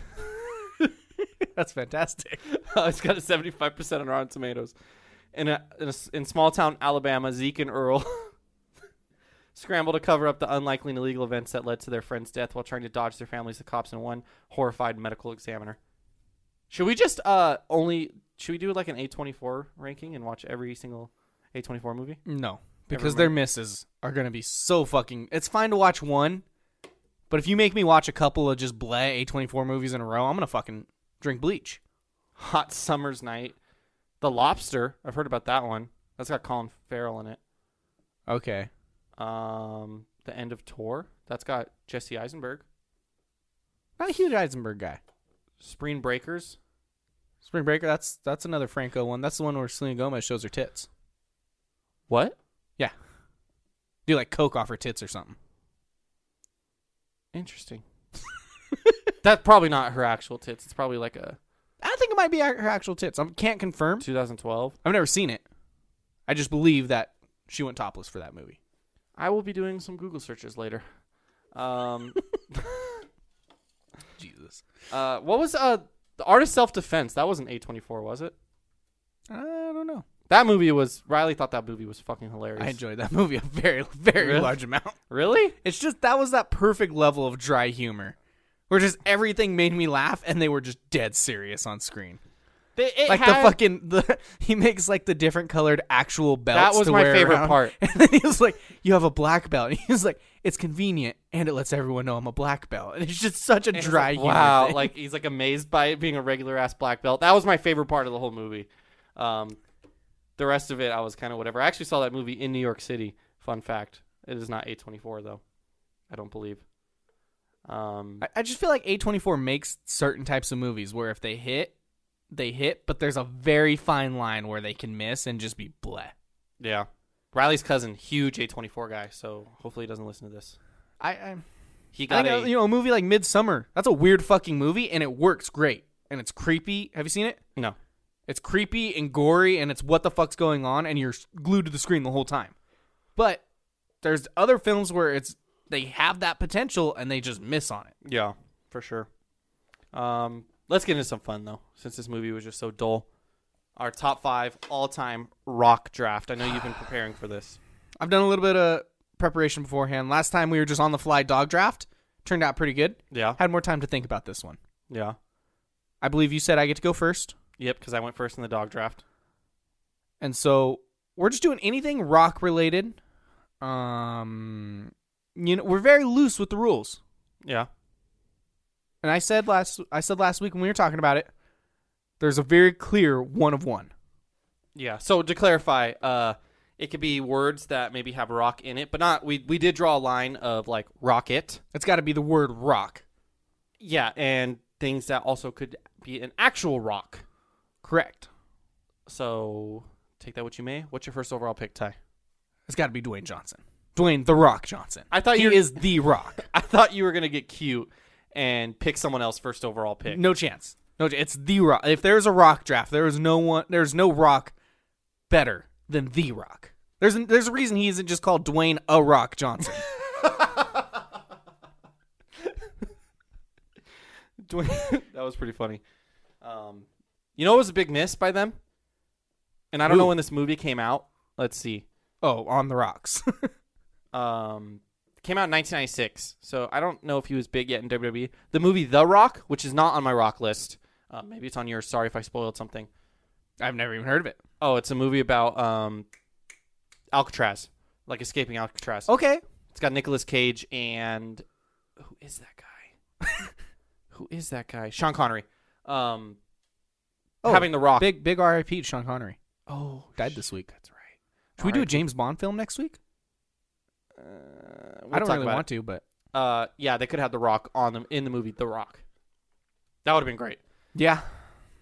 B: That's fantastic.
A: Uh, it's got a 75% on Rotten Tomatoes. In, a, in, a s in small town Alabama, Zeke and Earl scramble to cover up the unlikely and illegal events that led to their friend's death while trying to dodge their families, the cops, and one horrified medical examiner. Should we just uh only should we do like an A24 ranking and watch every single A24 movie?
B: No, because their misses are going to be so fucking. It's fine to watch one, but if you make me watch a couple of just bleh A24 movies in a row, I'm going to fucking drink bleach.
A: Hot Summer's Night, The Lobster. I've heard about that one. That's got Colin Farrell in it.
B: Okay.
A: Um, The End of Tor. That's got Jesse Eisenberg.
B: Not a huge Eisenberg guy.
A: Spring Breakers.
B: Spring Breaker, that's that's another Franco one. That's the one where Selena Gomez shows her tits.
A: What?
B: Yeah. Do like coke off her tits or something.
A: Interesting. That's probably not her actual tits. It's probably like a
B: I think it might be ac- her actual tits. I can't confirm.
A: 2012.
B: I've never seen it. I just believe that she went topless for that movie.
A: I will be doing some Google searches later. Um,
B: Jesus.
A: uh, what was uh the artist self defense? That wasn't A24, was it?
B: I don't know.
A: That movie was. Riley thought that movie was fucking hilarious.
B: I enjoyed that movie a very very
A: Really?
B: large amount.
A: Really?
B: It's just that was that perfect level of dry humor. where just everything made me laugh and they were just dead serious on screen.
A: They- it
B: like
A: had-
B: the fucking the, he makes like the different colored actual belts.
A: That was
B: to
A: my
B: wear
A: favorite
B: around.
A: part.
B: And then he was like, "You have a black belt." And he was like, "It's convenient and it lets everyone know I'm a black belt." And it's just such a
A: And it's
B: dry
A: like,
B: humor
A: wow
B: thing.
A: like he's like amazed by it being a regular ass black belt that was my favorite part of the whole movie um the rest of it i was kind of whatever i actually saw that movie in new york city fun fact it is not a24 though i don't believe um
B: I, I just feel like A24 makes certain types of movies where if they hit, they hit, but there's a very fine line where they can miss and just be bleh.
A: yeah riley's cousin huge a24 guy so hopefully he doesn't listen to this
B: I, I,
A: he
B: I
A: got
B: think, uh,
A: a,
B: you know, a movie like Midsummer, that's a weird fucking movie and it works great. And it's creepy. Have you seen it?
A: no
B: It's creepy and gory and it's what the fuck's going on and you're glued to the screen the whole time. But there's other films where it's they have that potential and they just miss on it.
A: Yeah, for sure. Um, let's get into some fun though, since this movie was just so dull. Our top five all-time rock draft. I know you've been preparing for this.
B: I've done a little bit of preparation beforehand. Last time we were just on the fly dog draft. Turned out pretty good.
A: Yeah,
B: Had more time to think about this one.
A: yeah,
B: I believe you said I get to go first.
A: yep. Because I went first in the dog draft.
B: And so we're just doing anything rock related. Um you know, we're very loose with the rules.
A: Yeah,
B: And I said last I said last week when we were talking about it, there's a very clear one of one.
A: yeah. So to clarify, uh, it could be words that maybe have rock in it, but not. We we did draw a line of like rocket.
B: It's got to be the word rock.
A: Yeah, and things that also could be an actual rock.
B: Correct.
A: So take that what you may. What's your first overall pick, Ty?
B: It's got to be Dwayne Johnson. Dwayne the Rock Johnson.
A: I thought
B: he
A: you were-
B: is the Rock.
A: I thought you were gonna get cute and pick someone else first overall pick.
B: No chance. No, ch- it's the Rock. If there's a Rock draft, there is no one. There's no Rock better than the Rock. There's an, there's a reason he isn't just called Dwayne a Rock Johnson.
A: Dwayne- that was pretty funny. Um, you know, it was a big miss by them. And I don't know
B: Who?
A: when this movie came out. Let's see.
B: oh, on the rocks.
A: Um, it came out in 1996, so I don't know if he was big yet in WWE. The movie The Rock, which is not on my rock list. Uh, maybe it's on yours. Sorry if I spoiled something.
B: I've never even heard of it.
A: Oh, it's a movie about um, Alcatraz, like escaping Alcatraz.
B: Okay,
A: It's got Nicolas Cage and who is that guy? who is that guy? Sean Connery. Um, having the Rock.
B: Oh, Big big RIP to Sean Connery.
A: oh,
B: Died this week.
A: That's right.
B: Should we do a James Bond film next week? I don't really want to, but
A: to. Uh, yeah, they could have The Rock on them in the movie The Rock. That would have been great.
B: yeah,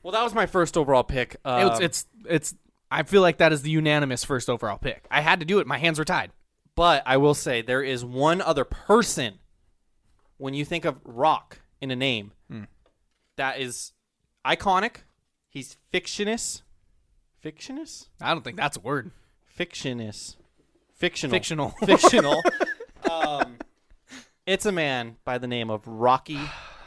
A: Well, that was my first overall pick. Um,
B: it's it's it's. I feel like that is the unanimous first overall pick. I had to do it. My hands were tied.
A: but I will say there is one other person when you think of Rock in a name
B: Hmm.
A: that is iconic. He's fictionist. Fictionist?
B: I don't think that's a word.
A: Fictionist. Fictional.
B: Fictional.
A: Fictional. um, it's a man by the name of Rocky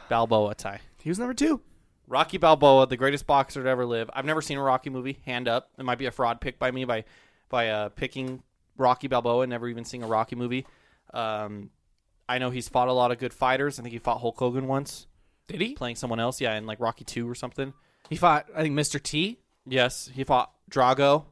A: Balboa. Ty.
B: He was number two.
A: Rocky Balboa, the greatest boxer to ever live. I've never seen a Rocky movie. Hand up. It might be a fraud pick by me by by uh, picking Rocky Balboa and never even seeing a Rocky movie. Um, I know he's fought a lot of good fighters. I think he fought Hulk Hogan once,
B: Did he?
A: playing someone else. Yeah, in like Rocky Two or something.
B: He fought. I think Mr. T.
A: Yes, he fought Drago.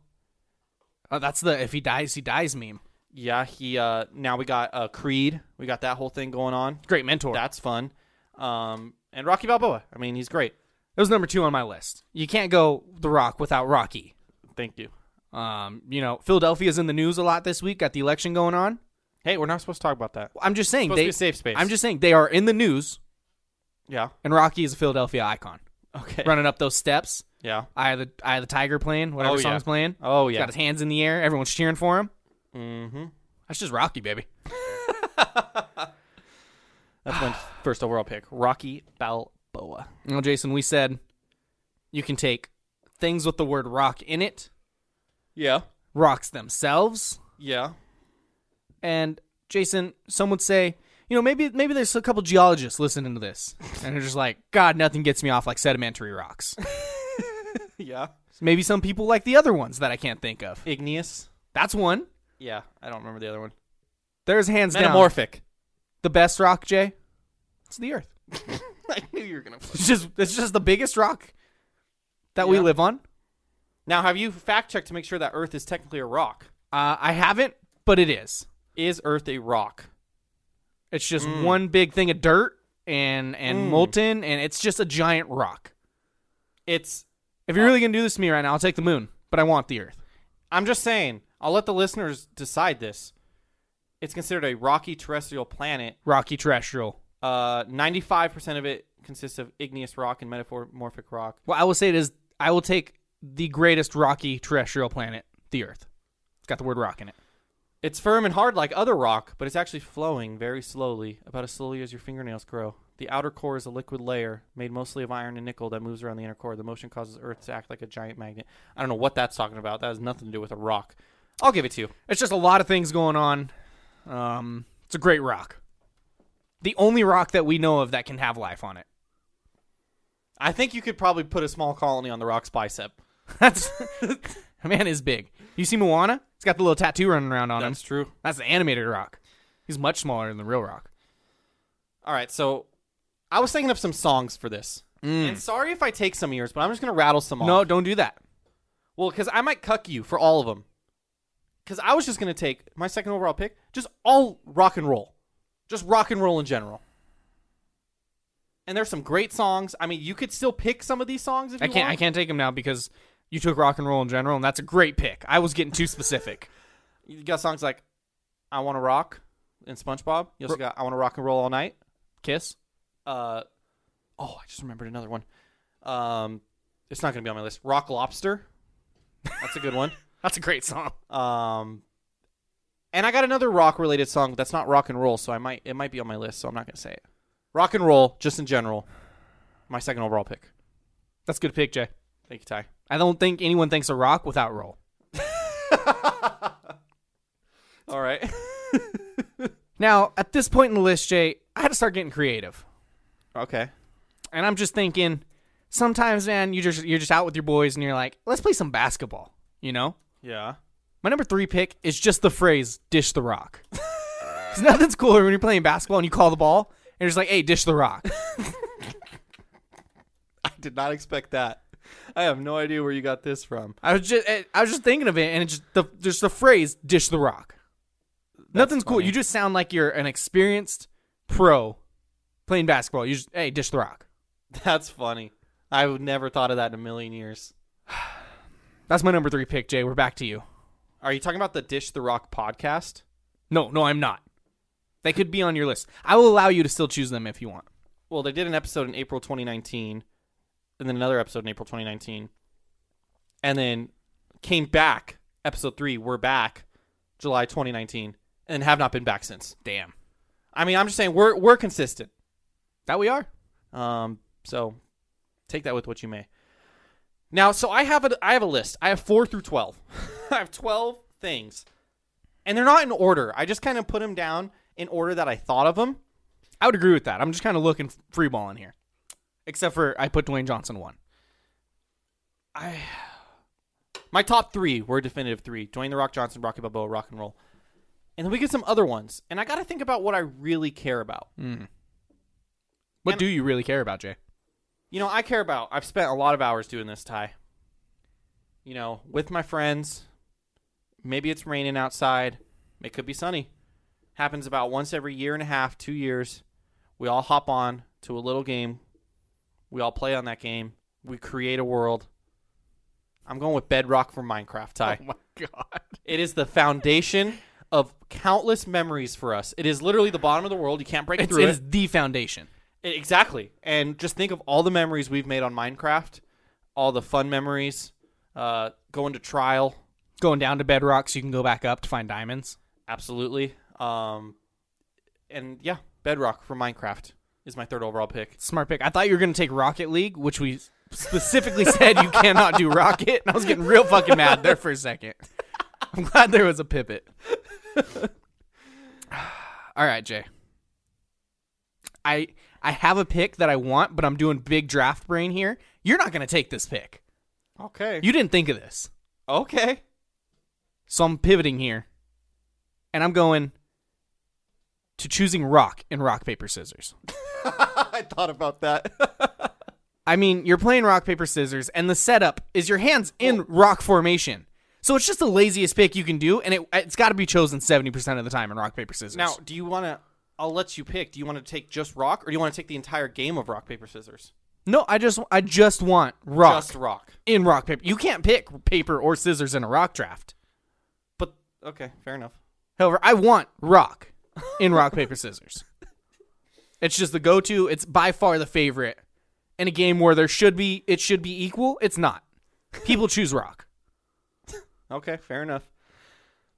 B: Oh, that's the if he dies, he dies meme.
A: Yeah, he. Uh, now we got uh, Creed. We got that whole thing going on.
B: Great mentor.
A: That's fun. Um, and Rocky Balboa. I mean, he's great.
B: It was number two on my list. You can't go The Rock without Rocky.
A: Thank you.
B: Um, you know, Philadelphia's in the news a lot this week. Got the election going on.
A: Hey, we're not supposed to talk about that.
B: I'm just saying
A: Supposed
B: they
A: to be a safe space.
B: I'm just saying they are in the news,
A: Yeah.
B: and Rocky is a Philadelphia icon.
A: Okay.
B: Running up those steps,
A: Yeah.
B: Eye of the Eye of the Tiger playing, whatever
A: Oh, yeah.
B: song's playing.
A: Oh,
B: He's
A: yeah.
B: got his hands in the air. Everyone's cheering for him.
A: Mm-hmm.
B: That's just Rocky, baby.
A: That's my first overall pick, Rocky Balboa.
B: Well, Jason, we said you can take things with the word rock in it,
A: Yeah.
B: rocks themselves,
A: Yeah.
B: and Jason, some would say, you know, maybe maybe there's a couple geologists listening to this, and they're just like, God, nothing gets me off like sedimentary rocks.
A: Yeah.
B: maybe some people like the other ones that I can't think of.
A: Igneous.
B: That's one.
A: Yeah. I don't remember the other one.
B: There's hands down
A: Metamorphic.
B: the best rock, Jay. It's the Earth.
A: I knew you were gonna. Play.
B: It's just it's just the biggest rock that we
A: Yeah.
B: live on.
A: Now, have you fact checked to make sure that Earth is technically a rock?
B: Uh, I haven't, but it is.
A: Is Earth a rock?
B: It's just
A: Mm.
B: one big thing of dirt and and molten, and it's just a giant rock.
A: It's.
B: If you're really gonna do this to me right now, I'll take the moon, but I want the Earth.
A: I'm just saying. I'll let the listeners decide this. It's considered a rocky terrestrial planet.
B: Rocky terrestrial.
A: Uh, 95% of it consists of igneous rock and metamorphic rock.
B: Well, I will say it is. I will take the greatest rocky terrestrial planet, the Earth. It's got the word rock in it.
A: It's firm and hard like other rock, but it's actually flowing very slowly, about as slowly as your fingernails grow. The outer core is a liquid layer made mostly of iron and nickel that moves around the inner core. The motion causes Earth to act like a giant magnet. I don't know what that's talking about. That has nothing to do with a rock. I'll give it to you.
B: It's just a lot of things going on. Um, it's a great rock. The only rock that we know of that can have life on it.
A: I think you could probably put a small colony on the rock's bicep.
B: That's that man is big. You see Moana? He's got the little tattoo running around on him.
A: That's true.
B: That's the animated rock. He's much smaller than the real rock.
A: All right, so I was thinking of some songs for this. And sorry if I take some of yours, but I'm just going to rattle some off.
B: Mm. No, don't do that.
A: Well, because I might cuck you for all of them. Because I was just going to take my second overall pick, just all rock and roll. Just rock and roll in general. And there's some great songs. I mean, you could still pick some of these songs if
B: I
A: you
B: can't.
A: want.
B: I can't take him now because you took rock and roll in general, and that's a great pick. I was getting too specific.
A: You got songs like I Want to Rock and SpongeBob. You also
B: Ro-
A: got I Want to Rock and Roll All Night.
B: Kiss.
A: Uh, oh, I just remembered another one. Um, it's not going to be on my list. Rock Lobster. That's a good one.
B: That's a great song.
A: Um, and I got another rock related song but that's not rock and roll, so I might it might be on my list, so I'm not gonna say it. Rock and roll, just in general, my second overall pick.
B: That's a good pick, Jay.
A: Thank you, Ty.
B: I don't think anyone thinks of rock without roll.
A: All right.
B: Now, at this point in the list, Jay, I had to start getting creative.
A: okay.
B: And I'm just thinking, sometimes, man, you just you're just out with your boys and you're like, let's play some basketball, you know?
A: Yeah.
B: My number three pick is just the phrase "dish the rock." 'Cause nothing's cooler when you're playing basketball and you call the ball and you're just like, "Hey, dish the rock."
A: I did not expect that. I have no idea where you got this from.
B: I was just I was just thinking of it, and it's just the just the phrase "dish the rock." Nothing's cool.
A: funny.
B: You just sound like you're an experienced pro playing basketball. You just hey, dish the rock.
A: That's funny. I would never thought of that in a million years.
B: That's my number three pick, Jay. We're back to you.
A: Are you talking about the Dish the Rock podcast?
B: No, no, I'm not. They could be on your list. I will allow you to still choose them if you want.
A: Well, they did an episode in April 2019, and then another episode in April 2019, and then came back episode three. We're back July 2019, and have not been back since.
B: Damn,
A: I mean, I'm just saying we're we're consistent.
B: that we are.
A: Um, so take that with what you may. Now, so I have a I have a list. I have four through twelve. I have twelve things, and they're not in order. I just kind of put them down in order that I thought of them.
B: I would agree with that. I'm just kind of looking free balling here, except for I put Dwayne Johnson one.
A: My top three were definitive three: Dwayne the Rock Johnson, Rocky Balboa, Rock and Roll. And then we get some other ones, and I got to think about what I really care about.
B: What
A: And- Oh
B: do you really care about, Jay?
A: You know, I care about. I've spent a lot of hours doing this, Ty. You know, with my friends. Maybe it's raining outside. It could be sunny. Happens about once every year and a half, two years. We all hop on to a little game. We all play on that game. We create a world. I'm going with Bedrock for Minecraft, Ty.
B: my god.
A: It is the foundation of countless memories for us. It is literally the bottom of the world. You can't break
B: It's,
A: through
B: it
A: it.
B: is the foundation.
A: I- Exactly. And just think of all the memories we've made on Minecraft, all the fun memories, uh, going to trial,
B: Going down to bedrock so you can go back up to find diamonds.
A: absolutely. Um, and yeah, Bedrock for Minecraft is my third overall pick.
B: Smart pick. I thought you were going to take Rocket League, which we specifically said you cannot do Rocket. And I was getting real fucking mad there for a second. I'm glad there was a pivot. All right, Jay. I I have a pick that I want, but I'm doing big draft brain here. You're not going to take this pick.
A: Okay.
B: You didn't think of this.
A: okay.
B: So I'm pivoting here. And I'm going to choosing rock in rock paper scissors.
A: I thought about that.
B: I mean, you're playing rock, paper, scissors, and the setup is your hands in rock formation. So it's just the laziest pick you can do, and it, it's got to be chosen 70% of the time in rock, paper, scissors.
A: Now, do you want to? I'll let you pick. Do you want to take just rock, or do you want to take the entire game of rock paper scissors?
B: no, I just I just want rock.
A: Just rock.
B: In rock, paper. You can't pick paper or scissors in a rock draft.
A: But okay, fair enough.
B: However, I want rock in rock, paper, scissors. It's just the go to. It's by far the favorite in a game where there should be, it should be equal. It's not. People choose rock.
A: Okay, fair enough.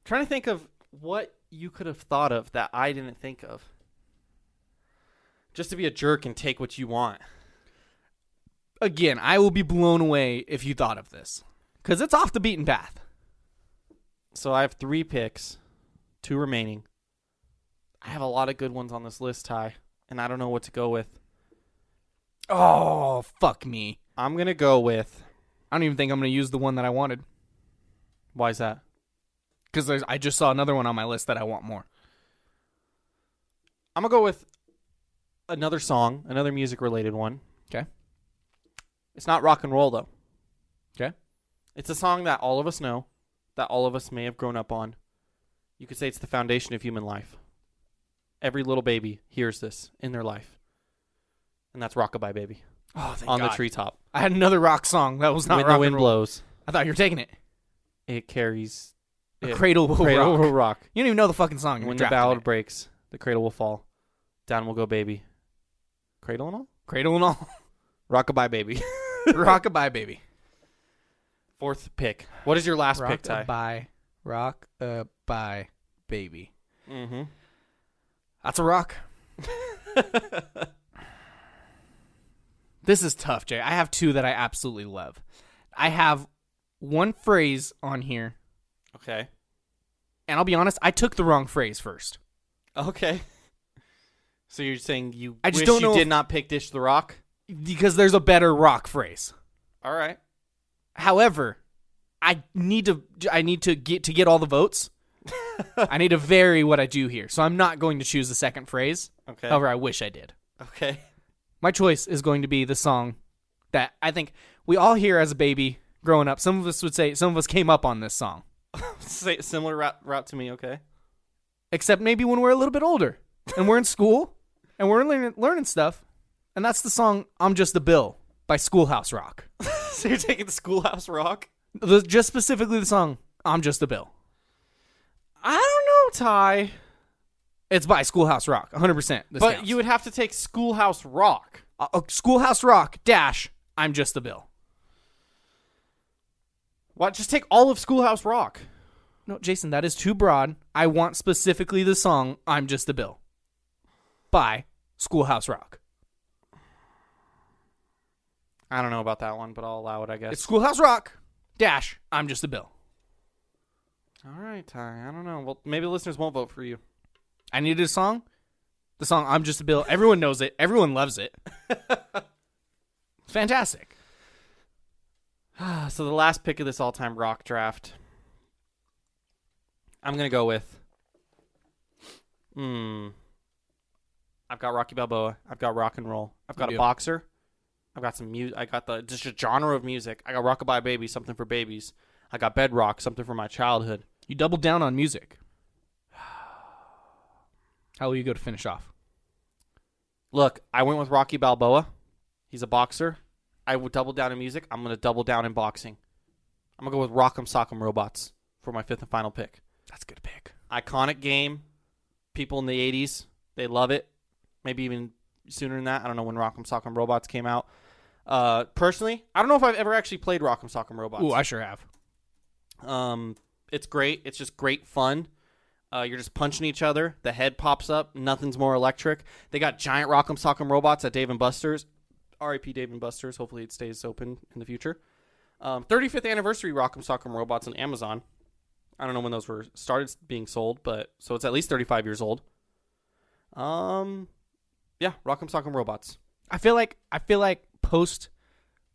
A: trying to think of what you could have thought of that I didn't think of. Just to be a jerk and take what you want.
B: Again, I will be blown away if you thought of this because it's off the beaten path.
A: So I have three picks, two remaining. I have a lot of good ones on this list, Ty, and I don't know what to go with.
B: Oh, fuck me.
A: I'm gonna go with
B: I don't even think I'm going to use the one that I wanted
A: why is that?
B: because I just saw another one on my list that I want more.
A: I'm gonna go with another song, another music related one.
B: Okay.
A: It's not rock and roll though.
B: Okay.
A: It's a song that all of us know, that all of us may have grown up on. You could say it's the foundation of human life. Every little baby hears this in their life. And that's Rockabye Baby
B: Oh, thank
A: on the
B: God.
A: treetop.
B: I had another rock song that was not
A: when
B: rock
A: the wind
B: and roll.
A: blows,
B: I thought you were taking it.
A: it carries
B: A
A: it-
B: cradle will
A: cradle
B: rock.
A: will rock.
B: You don't even know the fucking song. You're
A: When the
B: drafting
A: ballad
B: it.
A: breaks, the cradle will fall. Down will go baby. Cradle and all?
B: cradle and all,
A: Rockabye Baby.
B: rockabye baby,
A: Fourth pick. What is your last pick, Ty?
B: rockabye, rockabye baby.
A: Mm-hmm.
B: That's a rock. this is tough, Jay. I have two that I absolutely love. I have one phrase on here,
A: Okay.
B: and I'll be honest, I took the wrong phrase first.
A: Okay. So you're saying you
B: I just
A: wish
B: don't know
A: you did
B: if-
A: not pick Dish the Rock?
B: because there's a better rock phrase.
A: All right.
B: However, I need to I need to get to get all the votes. I need to vary what I do here, so I'm not going to choose the second phrase.
A: Okay.
B: However, I wish I did.
A: Okay.
B: My choice is going to be the song that I think we all hear as a baby growing up. Some of us would say some of us came up on this song,
A: Say, similar route, route to me, okay?
B: except maybe when we're a little bit older and we're in school and we're learning, learning stuff. And that's the song "I'm Just a Bill" by Schoolhouse Rock.
A: so you're taking the Schoolhouse Rock?
B: The, just specifically the song "I'm Just a Bill."
A: I don't know, Ty.
B: It's by Schoolhouse Rock, 100%. This
A: But
B: counts.
A: you would have to take Schoolhouse Rock.
B: Uh, uh, Schoolhouse Rock dash I'm just the bill.
A: Why Just take all of Schoolhouse Rock.
B: No, Jason, that is too broad. I want specifically the song I'm just the bill by Schoolhouse Rock.
A: I don't know about that one, but I'll allow it, I guess.
B: It's Schoolhouse Rock dash I'm just the bill.
A: all right, Ty. I don't know. Well, maybe listeners won't vote for you.
B: I needed a song. The song I'm just a bill. Everyone knows it. Everyone loves it. Fantastic.
A: Ah, so the last pick of this all-time rock draft, I'm gonna go with. Hmm. I've got Rocky Balboa. I've got rock and roll. I've got
B: do.
A: a boxer. I've got some music. I got the just a genre of music. I got Rockabye Baby, something for babies. I got Bedrock, something from my childhood.
B: You doubled down on music. How will you go to finish off?
A: Look, I went with Rocky Balboa. He's a boxer. I would double down in music. I'm gonna double down in boxing. I'm gonna go with Rock'em Sock'em Robots for my fifth and final pick.
B: That's a good pick.
A: iconic game. People in the 80s, they love it. Maybe even sooner than that. I don't know when Rock'em Sock'em Robots came out. Uh, personally, I don't know if I've ever actually played Rock'em Sock'em Robots.
B: Ooh, I sure have.
A: um, it's great. It's just great fun. Uh, you're just punching each other. The head pops up. Nothing's more electric. They got giant Rock'em Sock'em Robots at Dave and Buster's. R.I.P. Dave and Buster's. Hopefully it stays open in the future. Um, 35th anniversary Rock'em Sock'em Robots on Amazon. I don't know when those were started being sold, but so it's at least 35 years old. Um, yeah, Rock'em Sock'em Robots.
B: I feel like I feel like post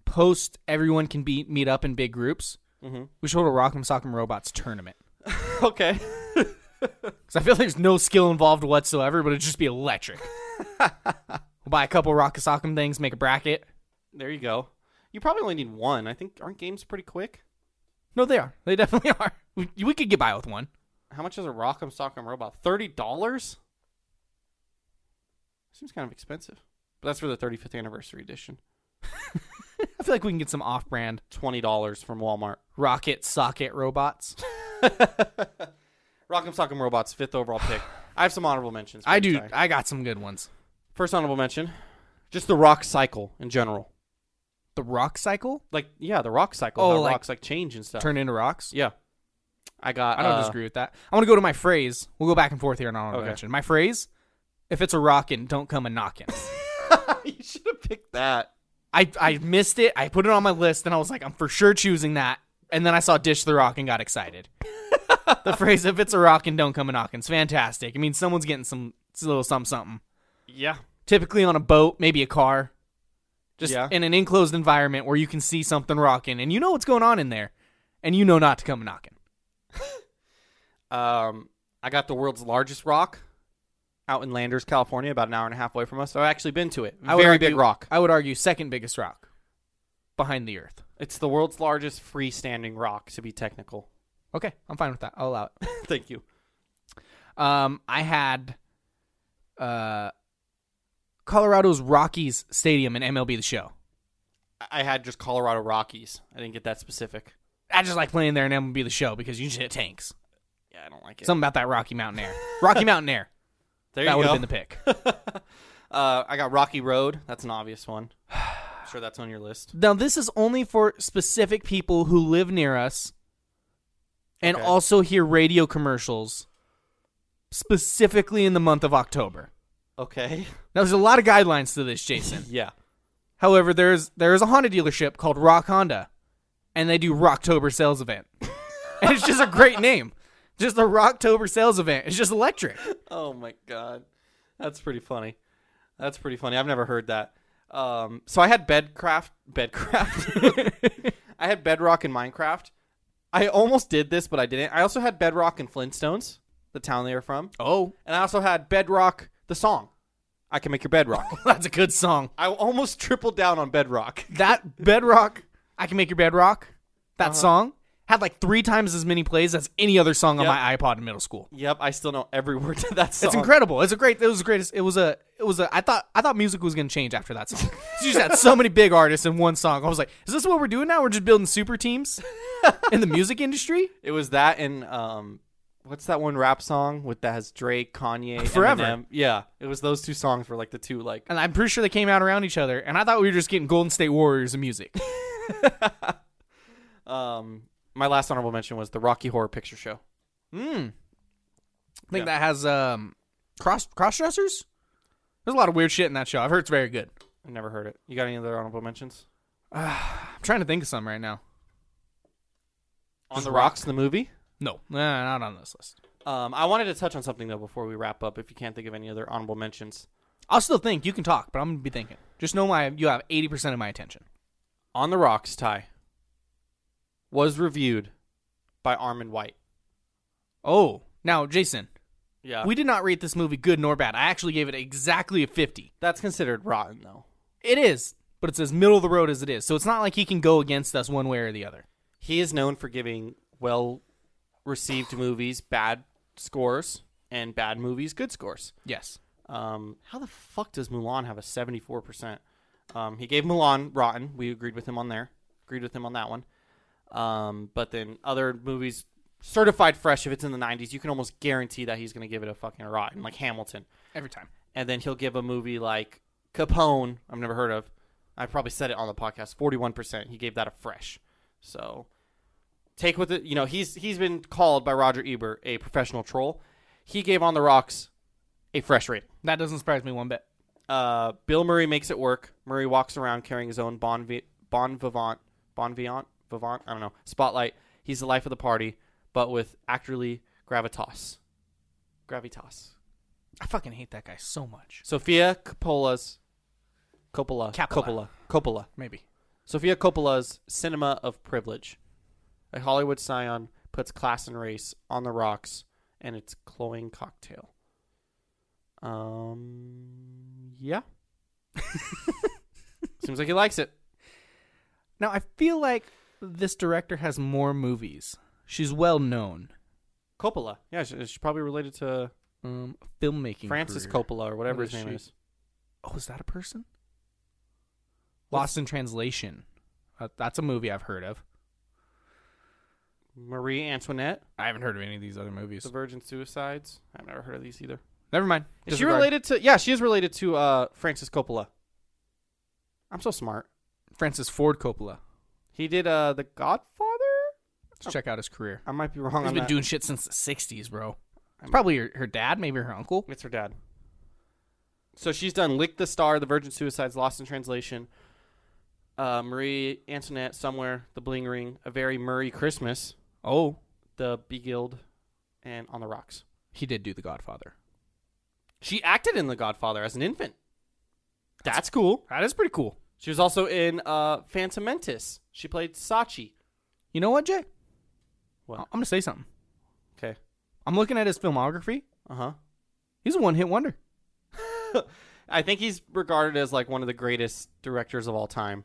B: post everyone can be meet up in big groups.
A: Mhm.
B: We should hold a Rock'em Sock'em Robots tournament
A: Okay.
B: because I feel there's no skill involved whatsoever, but it'd just be electric. I'll buy a couple Rocky Sock'em things, make a bracket.
A: There you go. You probably only need one. I think aren't games pretty quick?
B: No, they are. They definitely are. We, we could get by with one.
A: How much is a Rock'em Sock'em robot? Thirty dollars. Seems kind of expensive, but that's for the 35th anniversary edition.
B: I feel like we can get some off-brand
A: Twenty dollars from Walmart.
B: rocket socket robots.
A: Rock'em Sock'em robots, fifth overall pick. I have some honorable mentions. for
B: I
A: you,
B: do.
A: Ty.
B: I got some good ones.
A: First honorable mention, just the rock cycle in general.
B: The rock cycle
A: Like yeah, the rock cycle.
B: Oh,
A: how
B: like-
A: rocks like change and stuff.
B: turn into rocks.
A: yeah. I got.
B: I don't
A: uh,
B: disagree with that. I want to go to my phrase. We'll go back and forth here on honorable
A: Okay.
B: mention. My phrase: If it's a rockin', don't come a knockin'.
A: you should have picked that.
B: I I missed it. I put it on my list, and I was like, I'm for sure choosing that. And then I saw Dish the Rock and got excited. the phrase "If it's a rock and don't come a knockin'" is fantastic. I mean, someone's getting some it's a little something something.
A: Yeah.
B: Typically on a boat, maybe a car, just
A: Yeah.
B: in an enclosed environment where you can see something rocking and you know what's going on in there, and you know not to come a knockin'.
A: Um, I got the world's largest rock out in Landers, California, about an hour and a half away from us. I've actually been to it.
B: I would
A: Very
B: argue-
A: big rock.
B: I would argue second biggest rock behind the Earth.
A: It's the world's largest freestanding rock, to be technical.
B: Okay, I'm fine with that. I'll allow it.
A: Thank you.
B: Um, I had uh, Colorado's Rockies Stadium in MLB The Show.
A: I- I had just Colorado Rockies. I didn't get that specific.
B: I just like playing there in MLB The Show because you just hit tanks.
A: Yeah, I don't like it.
B: Something about that Rocky Mountain Air. Rocky Mountain Air.
A: there
B: That
A: you
B: would
A: go.
B: have been the pick.
A: uh, I got Rocky Road. That's an obvious one. I'm sure that's on your list.
B: now, this is only for specific people who live near us and
A: Okay.
B: also hear radio commercials specifically in the month of October.
A: Okay.
B: Now, there's a lot of guidelines to this, Jason.
A: Yeah.
B: However, there's there is a Honda dealership called Rock Honda, and they do Rocktober sales event, and it's just a great name. Just the Rocktober sales event. It's just electric.
A: Oh my god, that's pretty funny. That's pretty funny. I've never heard that. Um, so I had bedcraft, bedcraft. I had bedrock in Minecraft. I almost did this, but I didn't. I also had bedrock in Flintstones, the town they were from,
B: Oh,
A: and I also had bedrock, the song. I can make your bedrock.
B: that's a good song.
A: I almost tripled down on bedrock.
B: That Bedrock, I can make your bedrock. That
A: Uh-huh.
B: song had like three times as many plays as any other song on
A: Yep.
B: my iPod in middle school.
A: Yep, I still know every word to that song.
B: It's incredible. It's a great. It was the greatest. It was a. It was a. I thought. I thought music was gonna change after that song. She just had so many big artists in one song. I was like, is this what we're doing now? We're just building super teams in the music industry.
A: It was that and um, what's that one rap song with that has Drake, Kanye,
B: Forever.
A: Eminem? Yeah, it was those two songs were like the two like
B: and I'm pretty sure they came out around each other. And I thought we were just getting Golden State Warriors and music.
A: Um, my last honorable mention was the Rocky Horror Picture Show.
B: I think
A: Yeah.
B: that has um cross cross dressers. There's a lot of weird shit in that show. I've heard it's very good.
A: I've never heard it. You got any other honorable mentions?
B: I'm trying to think of some right now.
A: On the Rocks, the movie.
B: No, nah, not on this list.
A: Um, I wanted to touch on something though before we wrap up. If you can't think of any other honorable mentions
B: I'll still think. You can talk, but I'm gonna be thinking. Just know my you have 80% of my attention.
A: on the Rocks, Ty was reviewed by Armin White.
B: Oh, now Jason,
A: Yeah,
B: we did not rate this movie good nor bad. I actually gave it exactly a 50.
A: that's considered rotten though.
B: It is, but it's as middle of the road as it is. So it's not like he can go against us one way or the other.
A: He is known for giving well received movies bad scores and bad movies good scores.
B: Yes.
A: Um, how the fuck does Mulan have a 74%? Um, he gave Mulan Rotten. We agreed with him on there. Agreed with him on that one. Um, but then other movies, certified fresh, if it's in the 90s, you can almost guarantee that he's going to give it a fucking Rotten, like Hamilton.
B: Every time.
A: And then he'll give a movie like Capone, I've never heard of. I probably said it on the podcast, 41%. He gave that a fresh. So take with it, you know, he's he's been called by Roger Ebert a professional troll. He gave On the Rocks a fresh rating
B: That doesn't surprise me one bit.
A: uh, Bill Murray makes it work. Murray walks around carrying his own bon, vi- bon vivant, bon vivant, vivant. I don't know. Spotlight. He's the life of the party, but with actorly gravitas. Gravitas.
B: I fucking hate that guy so much.
A: Sophia Coppola's Coppola.
B: Coppola.
A: Coppola. Coppola.
B: Maybe.
A: Sophia Coppola's Cinema of Privilege. A Hollywood scion puts class and race on the rocks, and it's cloying cocktail. Um, yeah, Seems like he likes it.
B: Now I feel like this director has more movies. She's well known.
A: Coppola. Yeah, she- she's probably related to
B: Um, filmmaking.
A: Francis
B: career.
A: Coppola or whatever
B: What
A: his name
B: she?
A: is.
B: Oh, is that a person? Lost in Translation. Uh, that's a movie I've heard of.
A: Marie Antoinette.
B: I haven't heard of any of these other movies.
A: The Virgin Suicides. I've never heard of these either.
B: Never mind.
A: Is she
B: Disregard.
A: related to? Yeah, she is related to uh, Francis Coppola. I'm so smart.
B: Francis Ford Coppola?
A: He did uh, The Godfather.
B: Let's check out his career.
A: I might be wrong.
B: He's
A: Oh. on
B: been
A: that.
B: doing shit since the '60s, bro. It's probably her, her dad, maybe her uncle.
A: It's her dad. So she's done Lick the Star, The Virgin Suicides, Lost in Translation, uh, Marie Antoinette, Somewhere, The Bling Ring, A Very Murray Christmas,
B: Oh,
A: The Beguiled, and On the Rocks.
B: he did do The Godfather.
A: She acted in The Godfather as an infant. That's cool.
B: That is pretty cool.
A: She was also in uh, Phantom Menace. She played Sachi.
B: You know what, Jay?
A: What?
B: I- I'm gonna say something.
A: Okay.
B: I'm looking at his filmography.
A: Uh huh.
B: He's a one-hit wonder.
A: I think he's regarded as like one of the greatest directors of all time.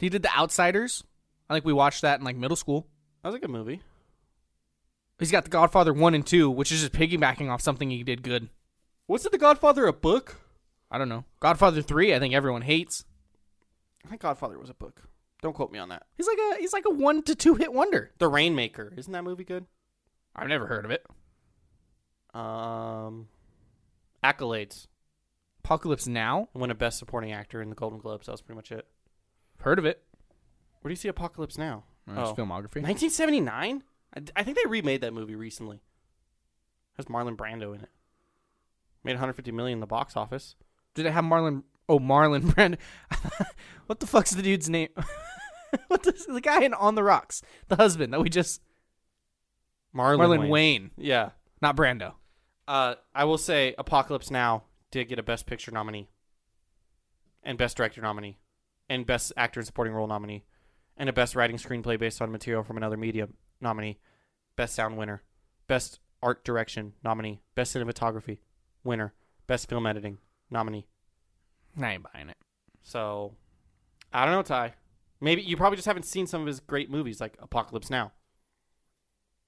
B: He did The Outsiders. I think we watched that in like middle school.
A: That was a good movie.
B: He's got The Godfather one and two, which is just piggybacking off something he did good.
A: Was it The Godfather a book?
B: I don't know. Godfather three, I think everyone hates.
A: I think Godfather was a book. Don't quote me on that.
B: He's like a he's like a one to two hit wonder.
A: The Rainmaker. Isn't that movie good?
B: I've never heard of it.
A: Um, accolades.
B: Apocalypse Now,
A: Won a Best Supporting Actor in the Golden Globes. That was pretty much it.
B: heard of it?
A: Where do you see Apocalypse Now?
B: Uh, his filmography.
A: 1979. I, d- I think they remade that movie recently. Has Marlon Brando in it? Made 150 million in the box office.
B: Did it have Marlon? Oh, Marlon Brand. what the fuck's the dude's name? what the, the guy in On the Rocks, the husband that we just
A: Marlon,
B: Marlon Wayne.
A: Yeah.
B: not Brando.
A: Uh, I will say Apocalypse Now did get a Best Picture nominee, and Best Director nominee, and Best Actor in Supporting Role nominee, and a Best Writing Screenplay based on material from another medium nominee, Best Sound winner, Best Art Direction nominee, Best Cinematography winner, Best Film Editing nominee.
B: I ain't buying it.
A: So, I don't know, Ty. Maybe you probably just haven't seen some of his great movies like Apocalypse Now.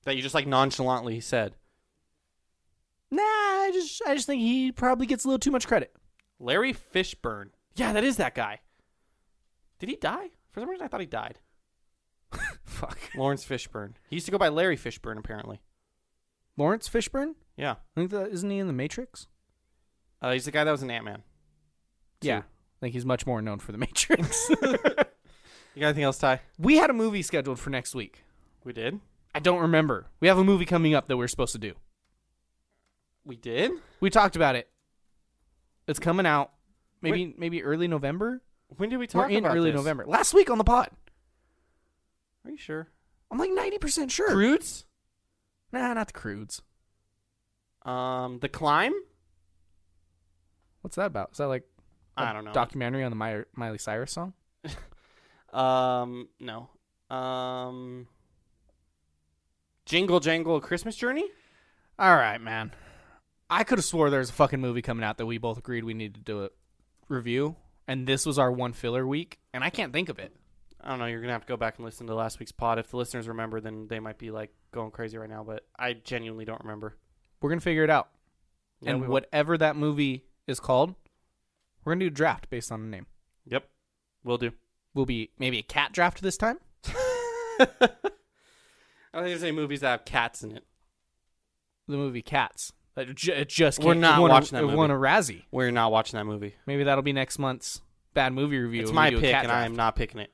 A: That you just like nonchalantly said.
B: Nah, I just I just think he probably gets a little too much credit.
A: Larry Fishburne. Yeah, that is that guy. Did he die? For some reason, I thought he died.
B: Fuck.
A: Lawrence Fishburne. He used to go by Larry Fishburne, apparently.
B: Lawrence Fishburne?
A: Yeah.
B: I think that isn't he in the Matrix?
A: Uh, he's the guy that was in Ant Man.
B: Yeah. I think he's much more known for the Matrix.
A: You got anything else, Ty?
B: we had a movie scheduled for next week.
A: We did.
B: I don't remember. We have a movie coming up that we're supposed to do.
A: We did?
B: We talked about it. It's coming out maybe maybe early November.
A: When did we talk
B: we're in
A: about
B: early
A: this?
B: November. Last week on the pod.
A: Are you sure?
B: I'm like 90% sure.
A: Crudes?
B: Nah, not the Crudes.
A: Um, The Climb?
B: What's that about? Is that like a
A: I don't know.
B: documentary on the Mi- Miley Cyrus song?
A: um, no. Um, Jingle Jangle A Christmas Journey?
B: All right, man. I could have swore there was a fucking movie coming out that we both agreed we needed to do a review, and this was our one filler week, and I can't think of it.
A: I don't know. You're gonna have to go back and listen to last week's pod. If the listeners remember, then they might be like going crazy right now. But I genuinely don't remember.
B: We're gonna figure it out,
A: Yeah, we
B: and
A: will.
B: whatever that movie is called, we're gonna do a draft based on the name.
A: Yep, will do.
B: Will be maybe a cat draft this time.
A: I don't think there's any movies that have cats in it.
B: The movie Cats. That ju- it just
A: We're
B: came-
A: not
B: it won
A: watching
B: a,
A: that
B: it
A: movie.
B: won a Razzie.
A: We're not watching that movie.
B: Maybe that'll be next month's bad movie review.
A: it's
B: when we
A: my
B: do a
A: pick,
B: cat
A: and I am
B: draft.
A: not picking it.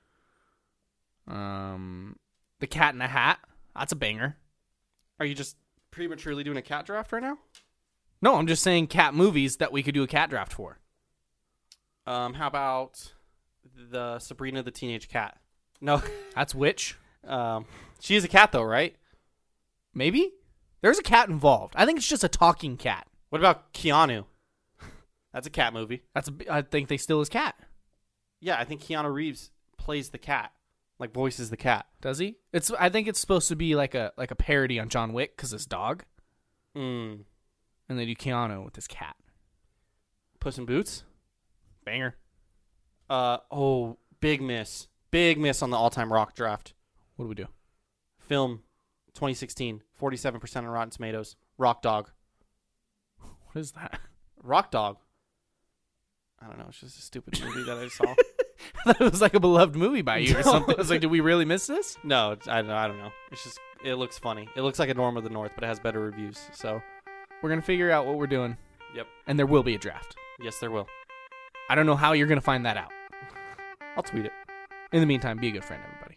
B: Um, the Cat in a Hat. That's a banger.
A: Are you just prematurely doing a cat draft right now?
B: No, I'm just saying cat movies that we could do a cat draft for.
A: Um, how about the Sabrina the Teenage Cat? No,
B: That's which?
A: um, she is a cat though, right?
B: Maybe? There's a cat involved. I think it's just a talking cat.
A: What about Keanu? That's a cat movie.
B: That's a b- I think they steal his cat.
A: Yeah, I think Keanu Reeves plays the cat, like voices the cat.
B: Does he? It's I think it's supposed to be like a like a parody on John Wick cuz his dog
A: Mm.
B: and they do Keanu with his cat.
A: Puss in Boots.
B: Banger.
E: Uh oh, big miss. Big miss on the all-time rock draft.
B: What do we do?
E: Film 2016, 47% on Rotten Tomatoes. Rock Dog.
B: What is that?
E: Rock Dog. I don't know, it's just a stupid movie that I saw.
B: I thought it was like a beloved movie by you or something. I was like, did we really miss this?
E: No, it's, I, don't- I don't know. It's just it looks funny. It looks like a Norm of the North, but it has better reviews. So,
B: We're gonna figure out what we're doing,
E: yep.
B: and there will be a draft.
E: Yes, there will.
B: I don't know how you're gonna find that out.
E: I'll tweet it.
B: In the meantime, be a good friend, everybody.